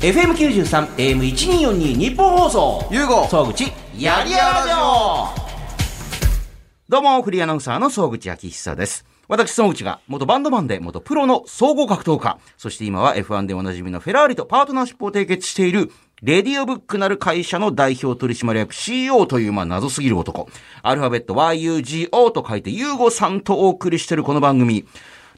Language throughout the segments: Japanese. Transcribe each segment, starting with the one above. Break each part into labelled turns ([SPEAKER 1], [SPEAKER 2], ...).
[SPEAKER 1] FM93、AM1242、日本放送。
[SPEAKER 2] ゆうご
[SPEAKER 1] 総口、やりやらでよどうも、フリーアナウンサーの総口昭久です。私、総口が、元バンドマンで、元プロの総合格闘家、そして今は F1 でおなじみのフェラーリとパートナーシップを締結している、レディオブックなる会社の代表取締役 CEO という、まあ、謎すぎる男。アルファベット YUGO と書いて、ユーゴさんとお送りしているこの番組。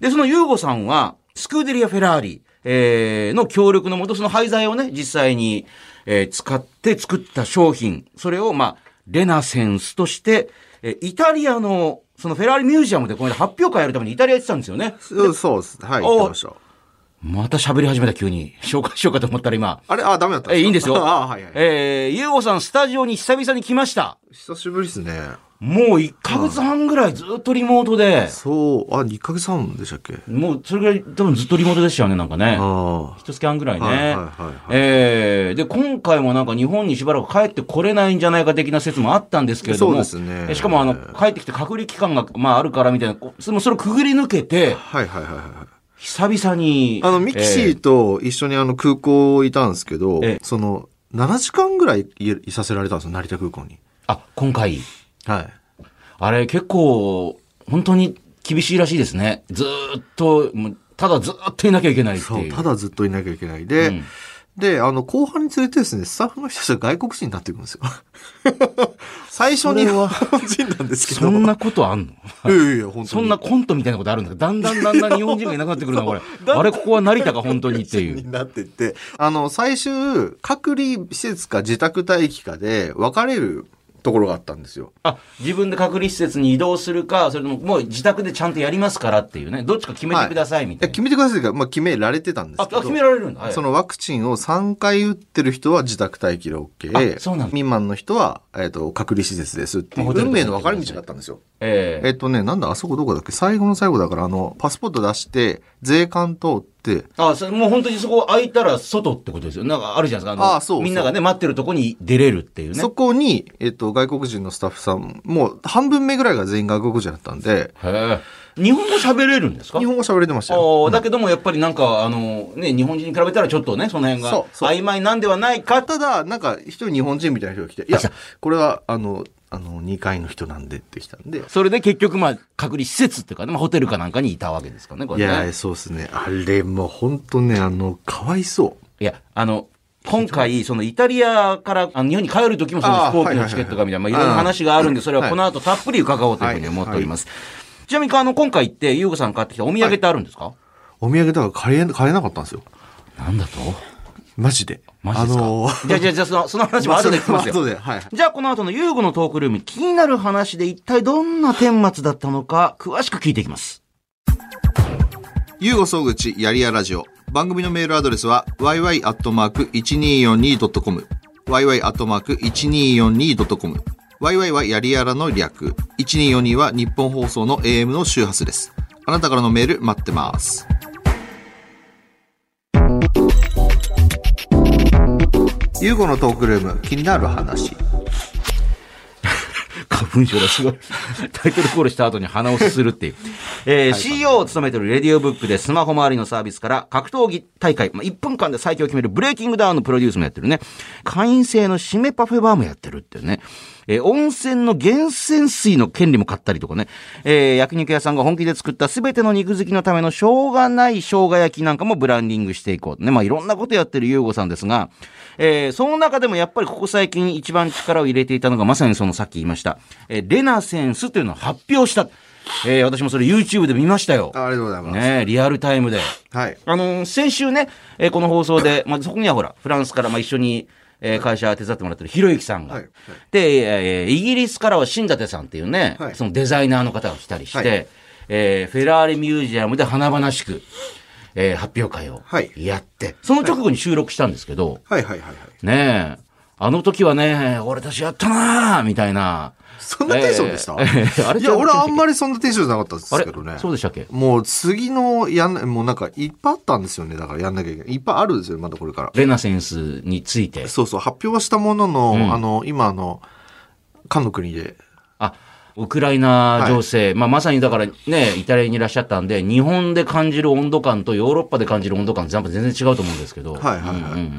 [SPEAKER 1] で、そのユーゴさんは、スクーデリア・フェラーリ、えーの協力のもと、その廃材をね、実際に、えー使って作った商品、それを、まあ、レナセンスとして、えーイタリアの、そのフェラーリミュージアムでこの間発表会やるためにイタリア行ってたんですよね。
[SPEAKER 2] そうそうです。はい、
[SPEAKER 1] お
[SPEAKER 2] 言ってました。
[SPEAKER 1] また喋り始めた急に。紹介しようかと思ったら今。
[SPEAKER 2] あれあ、ダメだった。
[SPEAKER 1] えーいいんですよ
[SPEAKER 2] あはいはい。
[SPEAKER 1] えー、ゆうごさんスタジオに久々に来ました。
[SPEAKER 2] 久しぶりですね。
[SPEAKER 1] もう1ヶ月半ぐらいずっとリモートで、
[SPEAKER 2] そう、あ、2ヶ月半でしたっけ
[SPEAKER 1] もうそれぐらい多分ずっとリモートでしたよね、なんかね。
[SPEAKER 2] あ
[SPEAKER 1] 一月半ぐらいね。
[SPEAKER 2] はいはいはいはい
[SPEAKER 1] えーで、今回もなんか日本にしばらく帰ってこれないんじゃないか的な説もあったんですけれども。
[SPEAKER 2] そうですね
[SPEAKER 1] えしかもあの、帰ってきて隔離期間が、まああるからみたいな、こそれもそれをくぐり抜けて
[SPEAKER 2] あ。、はいはいはいはい。
[SPEAKER 1] 久々に。
[SPEAKER 2] あの、ミキシ
[SPEAKER 1] え
[SPEAKER 2] ーと一緒にあの空港いたんですけど、
[SPEAKER 1] ええ
[SPEAKER 2] その、7時間ぐらいいいさせられたんですよ、成田空港に。
[SPEAKER 1] あ、今回。
[SPEAKER 2] はい。
[SPEAKER 1] あれ結構、本当に厳しいらしいですね。ずーっと、もうただずーっといなきゃいけないって
[SPEAKER 2] そ、
[SPEAKER 1] いうう。
[SPEAKER 2] ただずっといなきゃいけない。で、
[SPEAKER 1] うん
[SPEAKER 2] で、あの、後半につれてですね、スタッフの人たちが外国人になっていく んですよ。最初に日本人なんですけど。
[SPEAKER 1] そんなことあんの
[SPEAKER 2] いやいやいや、本当に。
[SPEAKER 1] そんなコントみたいなことあるんだけどだんだんだんだん日本人がいなくなってくるな、こ れ。あれ、ここは成田か、本当にっていう。
[SPEAKER 2] になってって、 あの、最終、隔離施設か自宅待機かで分かれるところがあったんですよ。
[SPEAKER 1] あ、自分で隔離施設に移動するか、それとももう自宅でちゃんとやりますからっていうね、どっちか決めてくださいみた
[SPEAKER 2] や
[SPEAKER 1] いな。
[SPEAKER 2] 決めてくださいが、まあ、決められてたんです
[SPEAKER 1] あ
[SPEAKER 2] けど。
[SPEAKER 1] あ、決められるんだ。はい
[SPEAKER 2] そのワクチンを3回打ってる人は自宅待機で OK。
[SPEAKER 1] あそうなんだ
[SPEAKER 2] 未満の人は、えっ、と、隔離施設ですっていう
[SPEAKER 1] ホテルと
[SPEAKER 2] 運
[SPEAKER 1] か
[SPEAKER 2] 命の分かれ道だったんですよ。
[SPEAKER 1] ええ
[SPEAKER 2] えっとね、なんだ、あそこどこだっけ最後の最後だから、あの、パスポート出して、税関通って、
[SPEAKER 1] あ、それもう本当にそこ空いたら外ってことですよ。なんかあるじゃないですか。の
[SPEAKER 2] あそうそう
[SPEAKER 1] みんながね、待ってるとこに出れるっていうね。
[SPEAKER 2] そこに、えっと、外国人のスタッフさん、もう半分目ぐらいが全員外国人だったんで、
[SPEAKER 1] へえ日本語喋れるんですか
[SPEAKER 2] 日本語喋れてましたよ。
[SPEAKER 1] ああだけどもやっぱりなんか、あの、ね、日本人に比べたらちょっとね、その辺
[SPEAKER 2] そ
[SPEAKER 1] が
[SPEAKER 2] うそう
[SPEAKER 1] 曖昧なんではないかと。
[SPEAKER 2] ただ、なんか、一人日本人みたいな人が来て、いや、これは、あの、あの、2階の人なんでって来たんで。
[SPEAKER 1] それで結局、まあ、隔離施設っていうかね、まあ、ホテルかなんかにいたわけですかね、こ
[SPEAKER 2] い
[SPEAKER 1] れね。
[SPEAKER 2] や、そうですね。あれ、もう本当ね、あの、かわいそう。
[SPEAKER 1] いや、あの、今回、そのイタリアからあの日本に帰る時もその
[SPEAKER 2] あ
[SPEAKER 1] 飛行
[SPEAKER 2] ーは
[SPEAKER 1] 機
[SPEAKER 2] いはい
[SPEAKER 1] の
[SPEAKER 2] はい
[SPEAKER 1] チケットがみたいな、まあ、いろいろ話があるんで、それはこの後たっぷり伺おうというふうに思っております。ちなみに、あの、今回行って、ゆうごさん買ってきたお土産ってあるんですか、
[SPEAKER 2] お土産だから買え、買えなかったんですよ。
[SPEAKER 1] なんだと
[SPEAKER 2] マジで。
[SPEAKER 1] マジですか、
[SPEAKER 2] あの
[SPEAKER 1] じゃあ、じゃあ、じゃあそ の、その話も後で聞きますよ。
[SPEAKER 2] 後で、はい。
[SPEAKER 1] じゃあ、この後のゆうごのトークルーム、気になる話で一体どんな顛末だったのか、詳しく聞いていきます。
[SPEAKER 2] ゆうご総口やりやラジオ。番組のメールアドレスは yy.1242.com。yy.1242.com。yy はやりやらの略。1242は日本放送の AM の周波数です。あなたからのメール待ってます。ゆうごのトークルーム、気になる話。
[SPEAKER 1] 花粉症だ、すごい。タイトルコールした後に鼻をすするっていう。えー CEO を務めてるレディオブックでスマホ周りのサービスから格闘技大会、まあ、1分間で最強を決めるブレイキングダウンのプロデュースもやってるね。会員制の締めパフェバーもやってるっていうね。えー温泉の源泉水の権利も買ったりとかね。えー焼肉屋さんが本気で作った全ての肉好きのためのしょうがない生姜焼きなんかもブランディングしていこう。ね、まあ、いろんなことやってる優吾さんですが、えーその中でもやっぱりここ最近一番力を入れていたのがまさにそのさっき言いました、えーレナセンスというのを発表した。えー私もそれ YouTube で見ましたよ。
[SPEAKER 2] ありがとうございます。
[SPEAKER 1] ねえリアルタイムで。
[SPEAKER 2] はい。
[SPEAKER 1] あのー先週ね、えーこの放送で、まあ、そこにはほら、フランスから、まあ、一緒に、えー会社手伝ってもらってるひろゆきさんが。
[SPEAKER 2] はいはい
[SPEAKER 1] で、えーイギリスからは新舘さんっていうね、
[SPEAKER 2] はい
[SPEAKER 1] そのデザイナーの方が来たりして、
[SPEAKER 2] はい
[SPEAKER 1] えーフェラーリミュージアムで華々しく、えー発表会を
[SPEAKER 2] はい
[SPEAKER 1] やって、その直後に収録したんですけど、
[SPEAKER 2] はいはいはいはい。
[SPEAKER 1] ねえ、あの時はね、俺たちやったなーみたいな。
[SPEAKER 2] そんなテンションでした、
[SPEAKER 1] えーあれ
[SPEAKER 2] いや、俺あん
[SPEAKER 1] り
[SPEAKER 2] まりそんなテンションじゃなかったんで
[SPEAKER 1] あ
[SPEAKER 2] す
[SPEAKER 1] れ
[SPEAKER 2] けどね。
[SPEAKER 1] そうでしたっけ
[SPEAKER 2] もう次のやんな、もうなんかいっぱいあったんですよね。だからやんなきゃいけない。いっぱいあるんですよ、まだこれから。
[SPEAKER 1] レナセンスについて。
[SPEAKER 2] そうそう、発表はしたものの、あの、今あの、かの国で、
[SPEAKER 1] あ、ウクライナ情勢、まあ、まさにだからね、イタリアにいらっしゃったんで、日本で感じる温度感とヨーロッパで感じる温度感、全部全然違うと思うんですけど、
[SPEAKER 2] はいはいはい
[SPEAKER 1] うんうんうん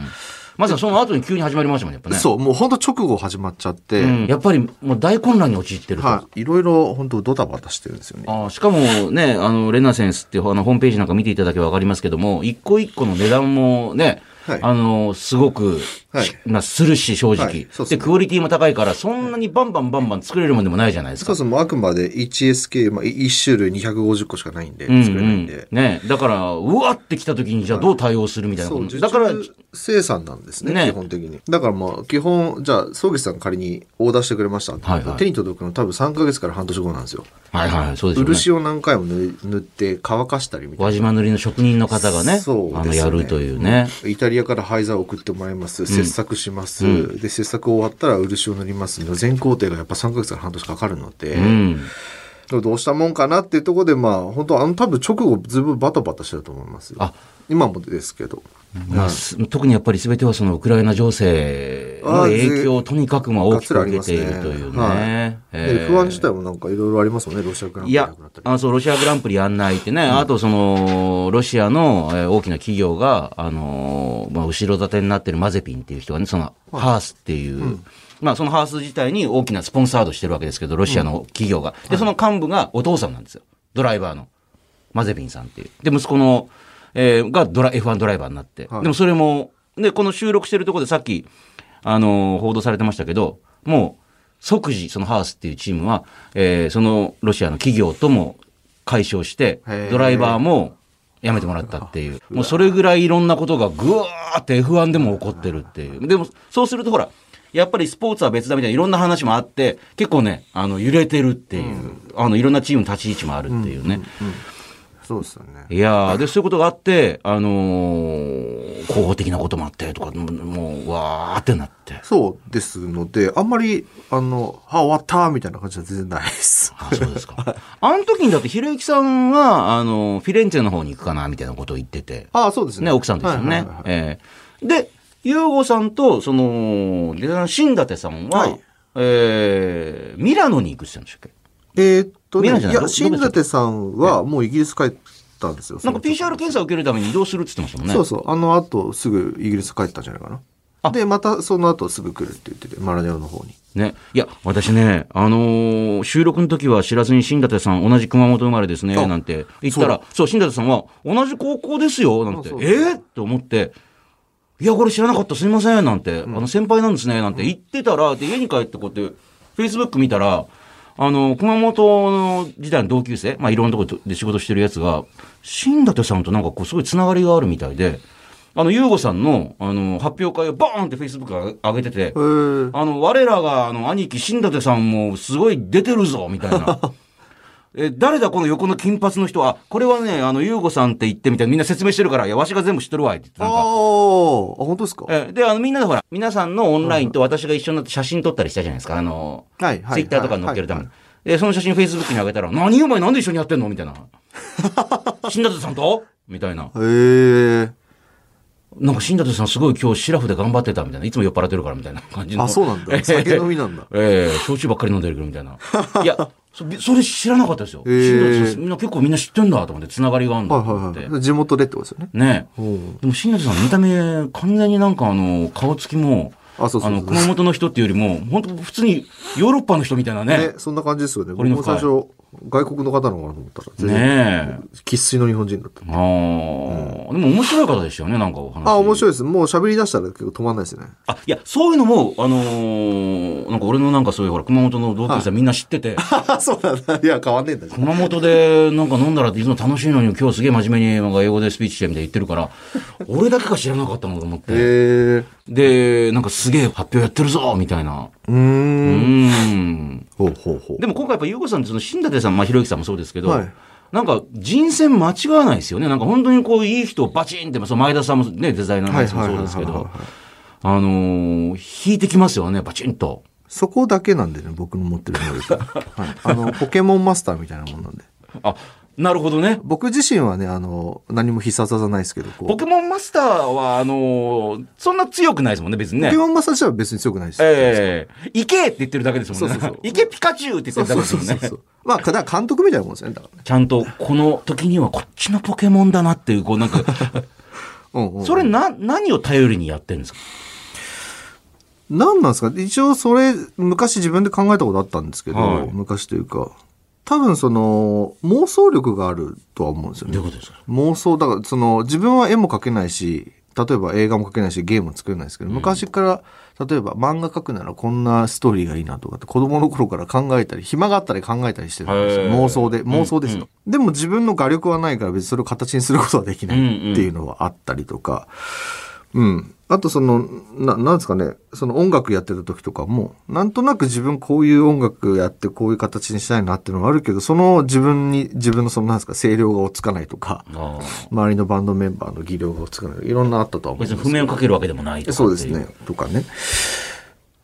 [SPEAKER 1] まさにその後に急に始まりましたもんね、やっぱね。
[SPEAKER 2] そう、もう本当直後始まっちゃって、
[SPEAKER 1] うんやっぱりもう大混乱に陥ってると。
[SPEAKER 2] はい、いろいろ本当ドタバタしてるんですよね。
[SPEAKER 1] あーしかもね、あの、レナセンスっていうあのホームページなんか見ていただけばわかりますけども、一個一個の値段もね、
[SPEAKER 2] はい
[SPEAKER 1] あの、すごく、
[SPEAKER 2] はい
[SPEAKER 1] しまあ、するし、正直、
[SPEAKER 2] はいそうっす
[SPEAKER 1] で、
[SPEAKER 2] ね
[SPEAKER 1] クオリティも高いから、そんなにバンバンバンバン作れるもんでもないじゃないです
[SPEAKER 2] そ
[SPEAKER 1] か。
[SPEAKER 2] うそう、もうあくまで 1SK、まあ、1種類250個しかないんで、
[SPEAKER 1] うんう
[SPEAKER 2] 作れないん
[SPEAKER 1] ん
[SPEAKER 2] で。。
[SPEAKER 1] ねだから、うわってきた時に、じゃあどう対応するみたいな
[SPEAKER 2] そ
[SPEAKER 1] こ
[SPEAKER 2] う、
[SPEAKER 1] と。
[SPEAKER 2] 受
[SPEAKER 1] だから、
[SPEAKER 2] 注生産なんですね、
[SPEAKER 1] ね
[SPEAKER 2] 基本的に。だからまあ、基本、じゃあ、総口さん仮にオーダーしてくれましたってなると、
[SPEAKER 1] はいはい
[SPEAKER 2] 手に届くの多分3ヶ月から半年後なんですよ。
[SPEAKER 1] はいはい、そうですよね。
[SPEAKER 2] 漆を何回も塗塗って乾かしたりみたいな。
[SPEAKER 1] 輪島塗りの職人の方がね、
[SPEAKER 2] そう
[SPEAKER 1] あ
[SPEAKER 2] で
[SPEAKER 1] の、
[SPEAKER 2] すね
[SPEAKER 1] やるというね。
[SPEAKER 2] イタリアから廃材を送ってもらいます。切削します。で、切削終わったら漆を塗りますの全工程がやっぱ3ヶ月から半年かかるので、
[SPEAKER 1] うん。
[SPEAKER 2] どうしたもんかなっていうところで、まあ、本当あの、多分直後、ずいぶんバタバタしてると思いますよ
[SPEAKER 1] あ
[SPEAKER 2] 今もですけど。
[SPEAKER 1] まあ、す特にやっぱり全てはそのウクライナ情勢の影響をとにかくまあ
[SPEAKER 2] が
[SPEAKER 1] 大
[SPEAKER 2] っ
[SPEAKER 1] き
[SPEAKER 2] つ
[SPEAKER 1] く
[SPEAKER 2] りあり
[SPEAKER 1] 受
[SPEAKER 2] ま
[SPEAKER 1] け
[SPEAKER 2] す
[SPEAKER 1] て
[SPEAKER 2] ね
[SPEAKER 1] いるという
[SPEAKER 2] はい
[SPEAKER 1] ね。え
[SPEAKER 2] で
[SPEAKER 1] ー
[SPEAKER 2] 不安自体もなんかいろいろありますもんね、ロシアから
[SPEAKER 1] いや
[SPEAKER 2] なくなったり。
[SPEAKER 1] あそうロシアグランプリやんないってね、あとそのロシアのえー大きな企業が、あのーまあ、後ろ盾になってるマゼピンっていう人がね、そのハースっていう、まあ、そのハース自体に大きなスポンサードしてるわけですけど、ロシアの企業が。で、その幹部がお父さんなんですよ、ドライバーの。マゼピンさんっていう。で、息子の、えーがドラ F1 ドライバーになって、
[SPEAKER 2] はい
[SPEAKER 1] でもそれも、で、この収録してるところでさっき、あのー報道されてましたけど、もう、即時、そのハースっていうチームは、えーそのロシアの企業とも解消して
[SPEAKER 2] へ、ー
[SPEAKER 1] ドライバーも辞めてもらったっていう、もうそれぐらいいろんなことがぐわーって F1 でも起こってるっていう。でも、そうするとほら、やっぱりスポーツは別だみたいないろんな話もあって、結構ね、あの、揺れてるっていう、あの、いろんなチームの立ち位置もあるっていうね。
[SPEAKER 2] そうですよね。
[SPEAKER 1] いやー、で、そういうことがあって、あのー、広報的なこともあって、とか、もうもう、わーってなって。
[SPEAKER 2] そうですので、あんまり、あの、あ、終わったみたいな感じは全然ないです。
[SPEAKER 1] あ、そうですか。あの時にだって、ひろゆきさんは、あの、フィレンツェの方に行くかな、みたいなことを言ってて。
[SPEAKER 2] あそうですね。
[SPEAKER 1] ね、奥さんですよ
[SPEAKER 2] はい
[SPEAKER 1] ね
[SPEAKER 2] はいはい。
[SPEAKER 1] ええで、ユーゴさんと、その、デザイナーの新舘さんは、
[SPEAKER 2] はい
[SPEAKER 1] えーミラノに行くって言ってたんでしたっ
[SPEAKER 2] えーっとね、
[SPEAKER 1] ミラノ
[SPEAKER 2] い
[SPEAKER 1] じゃない
[SPEAKER 2] や、新舘さんはもうイギリス帰ったんですよ。
[SPEAKER 1] けなんか
[SPEAKER 2] その時
[SPEAKER 1] PCR 検査を受けるために移動するって言ってましたもんね。
[SPEAKER 2] そうそう。あの後、すぐイギリス帰ったんじゃないか
[SPEAKER 1] あ
[SPEAKER 2] な。で、またその後すぐ来るって言ってて、マラネオの方に。
[SPEAKER 1] ね。いや、私ね、あのー収録の時は知らずに新舘さん同じ熊本生まれですね、
[SPEAKER 2] あ
[SPEAKER 1] なんて言ったら、そう、新舘さんは同じ高校ですよ、なんて、え
[SPEAKER 2] そうそう
[SPEAKER 1] ーって思って、いや、これ知らなかった、すいません、なんて、あの、先輩なんですね、なんて言ってたら、で、家に帰ってこうやって、Facebook 見たら、あの、熊本の時代の同級生、まあ、いろんなとこで仕事してるやつが、新舘さんとなんかこう、すごいつながりがあるみたいで、あの、ゆうごさんの、あの、発表会をバーンって Facebook が上げてて、
[SPEAKER 2] へー
[SPEAKER 1] あの、我らが、あの、兄貴、新舘さんも、すごい出てるぞ、みたい な。え、誰だ、この横の金髪の人は、これはね、あの、ゆうごさんって言ってみたいな、みんな説明してるから、いや、わしが全部知ってるわい、って言って、
[SPEAKER 2] あ
[SPEAKER 1] な
[SPEAKER 2] あ
[SPEAKER 1] ん
[SPEAKER 2] ー、あ
[SPEAKER 1] か。
[SPEAKER 2] 本当ですかはい
[SPEAKER 1] え、で、あの、みんなでほら、皆さんのオンラインと私が一緒になって写真撮ったりしたじゃないですか、あの、
[SPEAKER 2] はい。
[SPEAKER 1] ツイッターとかに載っけるため
[SPEAKER 2] はい
[SPEAKER 1] に。で、その写真、フェイスブックに上げたら、何お前、なんで一緒にやってんのみた いな。新舘さんとみたいな。
[SPEAKER 2] はいへえ。
[SPEAKER 1] なんか新舘さんすごい今日シラフで頑張ってたみたいな。いつも酔っ払ってるからみたいな感じの。。
[SPEAKER 2] あ、そうなんだ。酒飲みなんだ
[SPEAKER 1] ええ焼酎ばっかり飲んでるけどみたい な。いや、そそれ知らなかったですよ。
[SPEAKER 2] ええ
[SPEAKER 1] 新舘さんみんな結構みんな知ってんだと思って、つながりがあるん
[SPEAKER 2] は
[SPEAKER 1] だ
[SPEAKER 2] い
[SPEAKER 1] と思って。
[SPEAKER 2] はい はい。地元でってことですよね。
[SPEAKER 1] ねえ
[SPEAKER 2] おう
[SPEAKER 1] でも新舘さん見た目、完全になんかあの、顔つきも、
[SPEAKER 2] あ、そうそう
[SPEAKER 1] の、
[SPEAKER 2] そう
[SPEAKER 1] 熊本の人っていうよりも、本当普通にヨーロッパの人みたいなね
[SPEAKER 2] ね。、そんな感じですよね。
[SPEAKER 1] 堀
[SPEAKER 2] 僕
[SPEAKER 1] の
[SPEAKER 2] も
[SPEAKER 1] 深
[SPEAKER 2] 最
[SPEAKER 1] い
[SPEAKER 2] 初、外国の方なのかなと思ったら、全然
[SPEAKER 1] ねえ。
[SPEAKER 2] 生粋の日本人だった。
[SPEAKER 1] ああ、でも面白い方でしたよね、なんかお話。
[SPEAKER 2] あ、面
[SPEAKER 1] い。
[SPEAKER 2] 白いです。もう喋り出したら結構止まんないですね。
[SPEAKER 1] あ、いや、そういうのも、あのーなんか俺のなんかそういうほら、熊本の同級生みんな知ってて、
[SPEAKER 2] あ、 そうなんだ。いや、変わんねえんだじゃん。
[SPEAKER 1] 熊本でなんか飲んだらっていつも楽しいのに今日すげえ真面目になんか英語でスピーチしてみたいに言ってるから、俺だけが知らなかったのと思っ
[SPEAKER 2] へ
[SPEAKER 1] て。
[SPEAKER 2] え。
[SPEAKER 1] で、なんかすげえ発表やってるぞみたいな。
[SPEAKER 2] う
[SPEAKER 1] う
[SPEAKER 2] ーん。
[SPEAKER 1] ん。
[SPEAKER 2] ほうほうほう。
[SPEAKER 1] でも今回やっぱ優子さんってその新舘さん、まあひろゆきさんもそうですけど、
[SPEAKER 2] はい
[SPEAKER 1] なんか人選間違わないですよね。なんか本当にこういい人をバチンって、まあその前田さんもね、デザイナーのやつもそうですけ
[SPEAKER 2] はいはい
[SPEAKER 1] ど
[SPEAKER 2] はいはいはい、
[SPEAKER 1] あのー引いてきますよね、バチンと。
[SPEAKER 2] そこだけなんでね、僕の持ってる能力。はい。あの、ポケモンマスターみたいなもんなんで。
[SPEAKER 1] あ、なるほどね。
[SPEAKER 2] 僕自身はね、あの、何も必殺技ないですけど、こう
[SPEAKER 1] ポケモンマスターは、あのーそんな強くないですもんね、別に
[SPEAKER 2] ポ
[SPEAKER 1] ね
[SPEAKER 2] ケ。モンマスター自体は別に強くないです。
[SPEAKER 1] ええ行けって言ってるだけですもんね。
[SPEAKER 2] そうそうそう
[SPEAKER 1] 行けピカチュウって
[SPEAKER 2] そ
[SPEAKER 1] 言
[SPEAKER 2] う
[SPEAKER 1] ってる
[SPEAKER 2] そ
[SPEAKER 1] だけです
[SPEAKER 2] うそう
[SPEAKER 1] もん
[SPEAKER 2] そう
[SPEAKER 1] ね。
[SPEAKER 2] そう。まあ、ただ監督みたいなもんですよね、だからね。
[SPEAKER 1] ちゃんと、この時にはこっちのポケモンだなっていう、こうなん か、
[SPEAKER 2] うんうん。
[SPEAKER 1] それな、何を頼りにやってるんですか
[SPEAKER 2] 何なんですか一応それ、昔自分で考えたことあったんですけど、
[SPEAKER 1] はい
[SPEAKER 2] 昔というか、多分その、妄想力があるとは思うんですよ
[SPEAKER 1] どういうこ
[SPEAKER 2] ね。
[SPEAKER 1] とですか
[SPEAKER 2] 妄想、だからその、自分は絵も描けないし、例えば映画も描けないし、ゲームも作れないですけど、昔から、例えば漫画描くならこんなストーリーがいいなとかって、子供の頃から考えたり、暇があったり考えたりしてるんですよ。
[SPEAKER 1] へー
[SPEAKER 2] 妄想で、妄想ですよ。でも自分の画力はないから別にそれを形にすることはできないっていうのはあったりとか、うん。あとその、な、なんですかね、その音楽やってた時とかも、なんとなく自分こういう音楽やってこういう形にしたいなっていうのはあるけど、その自分に、自分のそのなんですか、声量が落ち着かないとか、
[SPEAKER 1] ああ。
[SPEAKER 2] 周りのバンドメンバーの技量が落ち着かないとか、いろんなあったとは思うん
[SPEAKER 1] 別
[SPEAKER 2] で
[SPEAKER 1] に
[SPEAKER 2] す
[SPEAKER 1] 譜面をかけるわけでもないとかってい
[SPEAKER 2] そうですね。。とかね。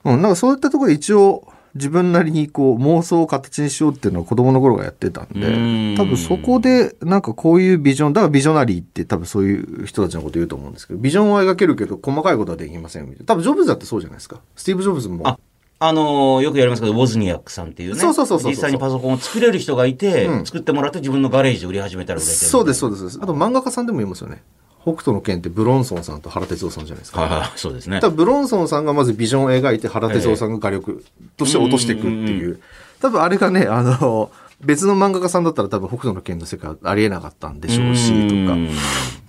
[SPEAKER 2] うん、なんかそういったところで一応、自分なりにこう妄想を形にしようっていうのを子供の頃がやってたんで
[SPEAKER 1] うん、
[SPEAKER 2] 多分そこでなんかこういうビジョン、だからビジョナリーって多分そういう人たちのこと言うと思うんですけど、ビジョンは描けるけど細かいことはできませんよみたいな。多分ジョブズだってそうじゃないですか。スティーブ・ジョブズも。
[SPEAKER 1] あ、あのーよくやりますけど、ウォズニアックさんっていうね。
[SPEAKER 2] そうそうそうそうそう
[SPEAKER 1] 実際にパソコンを作れる人がいて、
[SPEAKER 2] うん
[SPEAKER 1] 作ってもらって自分のガレージで売り始めたら売れてる。
[SPEAKER 2] そうです、そうです。あと漫画家さんでも言いますよね。北斗の拳ってブロンソンさんと原哲夫さんじゃないですか。
[SPEAKER 1] はいはい、そうですね。
[SPEAKER 2] 多分ブロンソンさんがまずビジョンを描いて原哲夫さんが画力として落としていくっていう多分あれがねあの別の漫画家さんだったら多分北斗の拳の世界はありえなかったんでしょうしとか
[SPEAKER 1] うん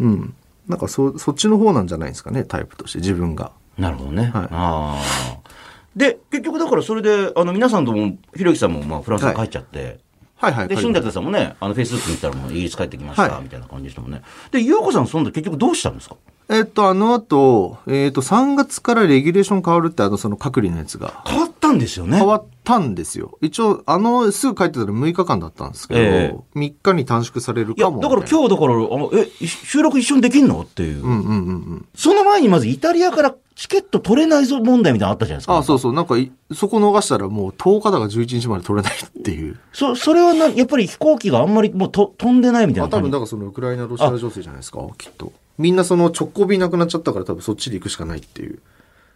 [SPEAKER 2] うんなんかそそっちの方なんじゃないですかねタイプとして自分が
[SPEAKER 1] なるほどね。
[SPEAKER 2] はい
[SPEAKER 1] ああ。で、結局だからそれで、あの、皆さんとも、ひろゆきさんも、まあ、フランスに帰っちゃって、
[SPEAKER 2] はいはい
[SPEAKER 1] で、
[SPEAKER 2] 彼
[SPEAKER 1] 新
[SPEAKER 2] も
[SPEAKER 1] 宅さんもね、あの、フェイスブック見たらもう、イギリス帰ってきました、
[SPEAKER 2] はい
[SPEAKER 1] みたいな感じでしたもんね。で、ゆうこさん、その時結局どうしたんですか
[SPEAKER 2] えっとあの後えっと3月からレギュレーション変わるってあのその隔離のやつが
[SPEAKER 1] 変わったんですよね。
[SPEAKER 2] 変わったんですよ一応あのすぐ帰ってたら6日間だったんですけど、
[SPEAKER 1] ええ
[SPEAKER 2] 3日に短縮される
[SPEAKER 1] いや、
[SPEAKER 2] かも
[SPEAKER 1] だから
[SPEAKER 2] みたいな
[SPEAKER 1] 今日だから、あの、え、い収録一緒にできんのっていう。
[SPEAKER 2] うんうんうんうん
[SPEAKER 1] その前にまずイタリアからチケット取れないぞ問題みたいなのあったじゃないですか。
[SPEAKER 2] あそうそう。なんかい、そこ逃したらもう10日だか11日まで取れないっていう。
[SPEAKER 1] そ、それはな、やっぱり飛行機があんまりもうと飛んでないみたい
[SPEAKER 2] あ、
[SPEAKER 1] な
[SPEAKER 2] 多
[SPEAKER 1] 感
[SPEAKER 2] 分
[SPEAKER 1] じ。
[SPEAKER 2] だからそのウクライナ、ロシア情勢じゃないですか、きっと。みんなその直行便なくなっちゃったから多分そっちで行くしかないっていう。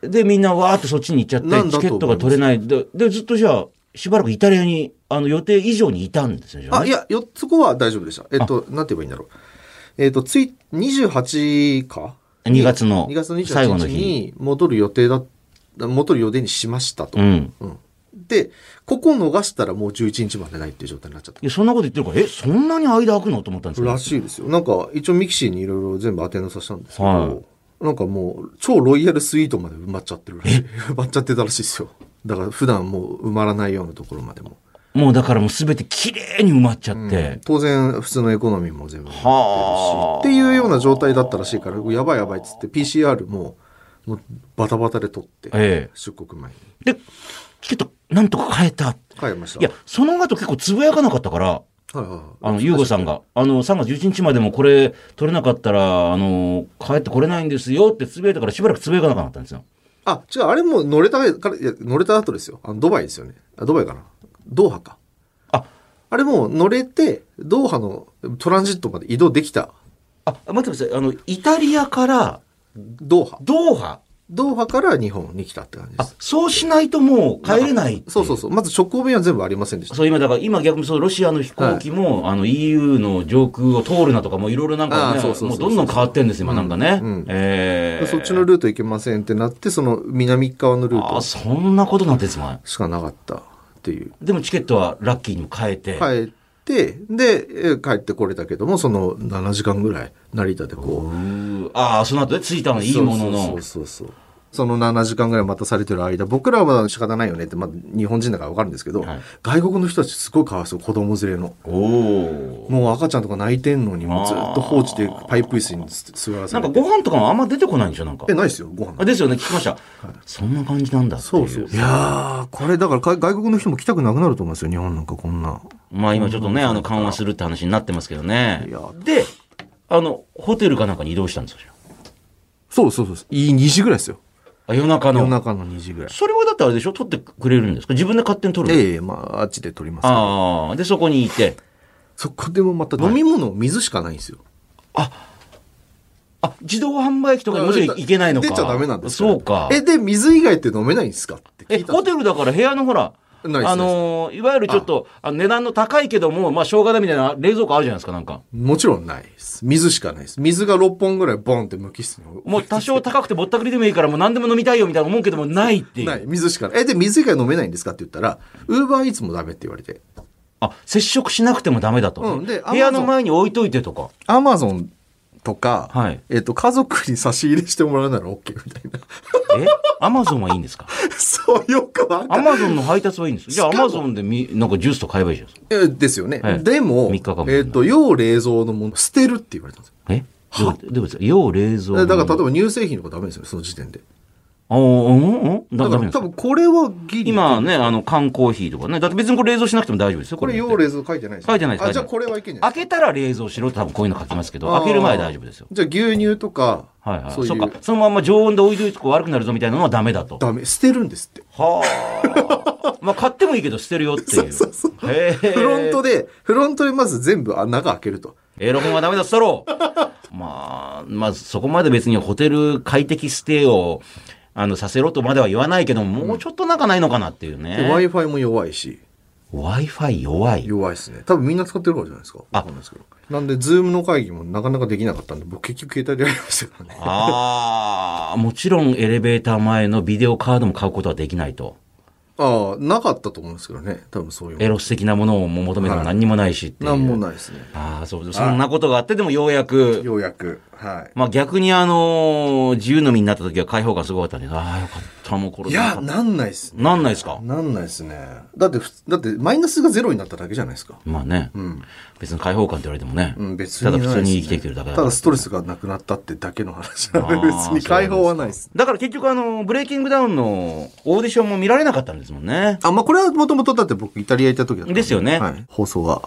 [SPEAKER 1] で、みんなわーってそっちに行っちゃって
[SPEAKER 2] なん、だ
[SPEAKER 1] チ
[SPEAKER 2] と
[SPEAKER 1] ケットが取れない。で、でずっとじゃあ、しばらくイタリアに、あの、予定以上にいたんですよ、じゃあ
[SPEAKER 2] あ、
[SPEAKER 1] ね
[SPEAKER 2] いや、よ、そこは大丈夫でした。えっと、なんて言えばいいんだろう。えっと、つい、28か
[SPEAKER 1] 2月の
[SPEAKER 2] 2月の
[SPEAKER 1] 最後の
[SPEAKER 2] 28日
[SPEAKER 1] 日
[SPEAKER 2] に戻る予定だ、戻る予定にしましたと。
[SPEAKER 1] うん。
[SPEAKER 2] うんで、ここ逃したらもう11日までないっていう状態になっちゃった
[SPEAKER 1] い。や、そんなこと言ってるから、え、そんなに間空くのと思ったんですよ。
[SPEAKER 2] らしいですよ。なんか、一応ミキシーにいろいろ全部当てなさせたんですけど、
[SPEAKER 1] はい
[SPEAKER 2] なんかもう、超ロイヤルスイートまで埋まっちゃってるらしい。 埋まっちゃってたらしいですよ。だから普段もう埋まらないようなところまでも。
[SPEAKER 1] もうだからもうすべて綺麗に埋まっちゃって。
[SPEAKER 2] 当然、普通のエコノミーも全部埋まってるし
[SPEAKER 1] はあ
[SPEAKER 2] っていうような状態だったらしいから、やばいやばいっつって、PCR も、もうバタバタで取って、
[SPEAKER 1] ええ
[SPEAKER 2] 出国前に。
[SPEAKER 1] で、チケット、なんとか変えた。
[SPEAKER 2] 帰りました。
[SPEAKER 1] いや、その後結構つぶやかなかったから、
[SPEAKER 2] はいはいはい
[SPEAKER 1] あの、ゆうごさんが、あの、3月11日までもこれ取れなかったら、あの、帰ってこれないんですよってつぶやいたからしばらくつぶやかなかったんですよ。
[SPEAKER 2] あ、違う、あれも乗れたから、いや、乗れた後ですよ。あの、ドバイですよね。あ、ドバイかな。ドーハか。
[SPEAKER 1] あ、
[SPEAKER 2] あれもう乗れて、ドーハのトランジットまで移動できた。
[SPEAKER 1] あ、待ってください。あの、イタリアから
[SPEAKER 2] ドーハ。
[SPEAKER 1] ドーハ。
[SPEAKER 2] ドーハから日本に来たって感じで
[SPEAKER 1] あ
[SPEAKER 2] す。、
[SPEAKER 1] そうしないともう帰れないってい
[SPEAKER 2] そうそうそう。まず直行便は全部ありませんでした。
[SPEAKER 1] そう、今だから、今逆にそう、ロシアの飛行機も、あの、EU の上空を通るなとか、もういろいろなんか
[SPEAKER 2] あー
[SPEAKER 1] ね、
[SPEAKER 2] そうそう
[SPEAKER 1] も
[SPEAKER 2] そう
[SPEAKER 1] う
[SPEAKER 2] そう
[SPEAKER 1] どんどん変わってんです、今、なんかね。
[SPEAKER 2] うんうん
[SPEAKER 1] えー
[SPEAKER 2] そっちのルート行けませんってなって、その南側のルー
[SPEAKER 1] あー
[SPEAKER 2] ト
[SPEAKER 1] そんなことなんです、前。
[SPEAKER 2] しかなかったっていう。
[SPEAKER 1] でもチケットはラッキーにも変えて。
[SPEAKER 2] 帰って、で、えー帰ってこれたけども、その7時間ぐらい、成田で
[SPEAKER 1] う
[SPEAKER 2] こ
[SPEAKER 1] ーああ、その後で着いたの
[SPEAKER 2] う。
[SPEAKER 1] いいもの
[SPEAKER 2] そ
[SPEAKER 1] の
[SPEAKER 2] う。そうそうそう。その7時間ぐらい待たされてる間、僕らはまだ仕方ないよねって、まあ日本人だからわかるんですけど、
[SPEAKER 1] はい
[SPEAKER 2] 外国の人たちすごいかわいそう、子供連れの。
[SPEAKER 1] おおー。
[SPEAKER 2] もう赤ちゃんとか泣いてんのに、もうずっと放置でパイプ椅子に座ら
[SPEAKER 1] な
[SPEAKER 2] さ
[SPEAKER 1] んか
[SPEAKER 2] れて。
[SPEAKER 1] ご飯とかもあんま出てこないんでしょ、なんか
[SPEAKER 2] え、。ないですよ、ご飯
[SPEAKER 1] あ。ですよね、聞きました。そんな感じなんだっていう。
[SPEAKER 2] いやー、これだからか外国の人も来たくなくなると思いますよ、日本なんかこんな。
[SPEAKER 1] まあ今ちょっとね、あの、緩和するって話になってますけどね
[SPEAKER 2] いや。
[SPEAKER 1] で、あの、ホテルかなんかに移動したんですよ。
[SPEAKER 2] そうそうそう。いい2時ぐらいですよ。
[SPEAKER 1] あ夜中の。
[SPEAKER 2] 夜中の2時ぐらい。
[SPEAKER 1] それはだってあれでしょ取ってくれるんですか自分で勝手に取るの、
[SPEAKER 2] ええまあ、あっちで撮りますけど。
[SPEAKER 1] ああ、で、そこにいて。
[SPEAKER 2] そこでもまた飲み物、水しかないんですよ。
[SPEAKER 1] あ、自動販売機とかにもちろんいけないのか。
[SPEAKER 2] 出ちゃダメなんですよ
[SPEAKER 1] そうか。
[SPEAKER 2] え、で、水以外って飲めないんですかって聞
[SPEAKER 1] え、
[SPEAKER 2] いた
[SPEAKER 1] ホテルだから部屋のほら、あ
[SPEAKER 2] ないです
[SPEAKER 1] のーいわゆるちょっと、あの値段の高いけども、まあ、しょうがないみたいな冷蔵庫あるじゃないですか、なんか。
[SPEAKER 2] もちろんないです。水しかないです。水が6本ぐらいボンって無機質に。
[SPEAKER 1] もう多少高くてぼったくりでもいいから、もう何でも飲みたいよみたいな思うけども、ないっていう。
[SPEAKER 2] ない、水しかない。え、で、水以外飲めないんですかって言ったら、ウーバーイーツもダメって言われて。
[SPEAKER 1] あ、接触しなくてもダメだと。
[SPEAKER 2] うんで
[SPEAKER 1] 部屋の
[SPEAKER 2] Amazon
[SPEAKER 1] 前に置いといてと か。
[SPEAKER 2] アマゾンとか、
[SPEAKER 1] はい
[SPEAKER 2] えっ、と、家族に差し入れしてもらうなら OK みたいな。
[SPEAKER 1] えアマゾンはいいんですか
[SPEAKER 2] そう、よくわかんな
[SPEAKER 1] ア
[SPEAKER 2] い。
[SPEAKER 1] マゾンの配達はいいんですじゃあア
[SPEAKER 2] しかも
[SPEAKER 1] マゾンでみ、なんかジュースとか買えばいいじゃないです
[SPEAKER 2] えですよね。
[SPEAKER 1] はい
[SPEAKER 2] でも、
[SPEAKER 1] 三日間も
[SPEAKER 2] えっ、と、要冷蔵のもの、捨てるって言われたんですよ。
[SPEAKER 1] か。えどういうことどういうことですか要冷蔵
[SPEAKER 2] えだから、例え
[SPEAKER 1] ば。
[SPEAKER 2] ば乳製品とかダメですよね、その時点で。
[SPEAKER 1] あうんうんだダメ
[SPEAKER 2] だか
[SPEAKER 1] なん
[SPEAKER 2] ら、
[SPEAKER 1] です
[SPEAKER 2] 多
[SPEAKER 1] か
[SPEAKER 2] 分これはギリ。
[SPEAKER 1] 今ね、あの、缶コーヒーとかね。だって別にこれ冷蔵しなくても大丈夫ですよ、
[SPEAKER 2] こ
[SPEAKER 1] これ
[SPEAKER 2] れ
[SPEAKER 1] だって。
[SPEAKER 2] 要冷蔵書いてないですよね
[SPEAKER 1] 書いてないです
[SPEAKER 2] あ、じゃあこれはいけんじゃない
[SPEAKER 1] 開けたら冷蔵しろって多分こういうの書きますけど、開ける前大丈夫ですよ。
[SPEAKER 2] じゃあ牛乳とか、
[SPEAKER 1] はいはい。
[SPEAKER 2] そ
[SPEAKER 1] そうう
[SPEAKER 2] いう
[SPEAKER 1] か。そのまんま常温で置いといてこう悪くなるぞみたいなのはダメだと。
[SPEAKER 2] ダメ、捨てるんですって。
[SPEAKER 1] はあ。まあ買ってもいいけど捨てるよっていう。
[SPEAKER 2] そうそう
[SPEAKER 1] そう。へえ。
[SPEAKER 2] フロントで、フロントでまず全部あ中開けると。
[SPEAKER 1] エロ本はダメだっつったろまあ、まあ、そこまで別にホテル快適ステイを、あの、させろとまでは言わないけども、もうちょっとなんかないのかなっていう
[SPEAKER 2] で
[SPEAKER 1] ね。
[SPEAKER 2] Wi-Fi も弱いし、
[SPEAKER 1] Wi-Fi 弱い。
[SPEAKER 2] 弱いですね。多分みんな使ってるからじゃないですか。
[SPEAKER 1] あ
[SPEAKER 2] わかんないですけど。なんで、ズームの会議もなかなかできなかったんで、僕結局携帯でやりましたからね。
[SPEAKER 1] ああ、もちろんエレベーター前のビデオカードも買うことはできないと。
[SPEAKER 2] ああ、なかったと思うんですけどね。多分そういう
[SPEAKER 1] エ
[SPEAKER 2] の。
[SPEAKER 1] ロス的なものをもう求めても何にもないしっていう。
[SPEAKER 2] なんもないですね。
[SPEAKER 1] ああ、そう、そんなことがあって、でもようやく、
[SPEAKER 2] ようやく。は
[SPEAKER 1] まあ逆にあのー自由の身になった時は解放感すごかったんで、ああ、よかった、もうこれ
[SPEAKER 2] い。いや、なんないっすね。
[SPEAKER 1] なんないですか
[SPEAKER 2] なんないっすね。だってふ、だって、マイナスがゼロになっただけじゃないですか。
[SPEAKER 1] まあね、別に解放感って言われてもね、
[SPEAKER 2] うん、別
[SPEAKER 1] た
[SPEAKER 2] に
[SPEAKER 1] だ
[SPEAKER 2] ないっ
[SPEAKER 1] 普
[SPEAKER 2] すね、
[SPEAKER 1] 通に生きていけるだけだ
[SPEAKER 2] た
[SPEAKER 1] から
[SPEAKER 2] だ、ストレスがなくなったってだけの話なので、
[SPEAKER 1] あ
[SPEAKER 2] 別
[SPEAKER 1] ー
[SPEAKER 2] に解放はないっすね。
[SPEAKER 1] だから結局あのブレイキングダウンのオーディションも見られなかったんですもんね
[SPEAKER 2] あ、まあ、これはもともとだって僕イタリア行った時だったん
[SPEAKER 1] ですよね
[SPEAKER 2] はい。放送が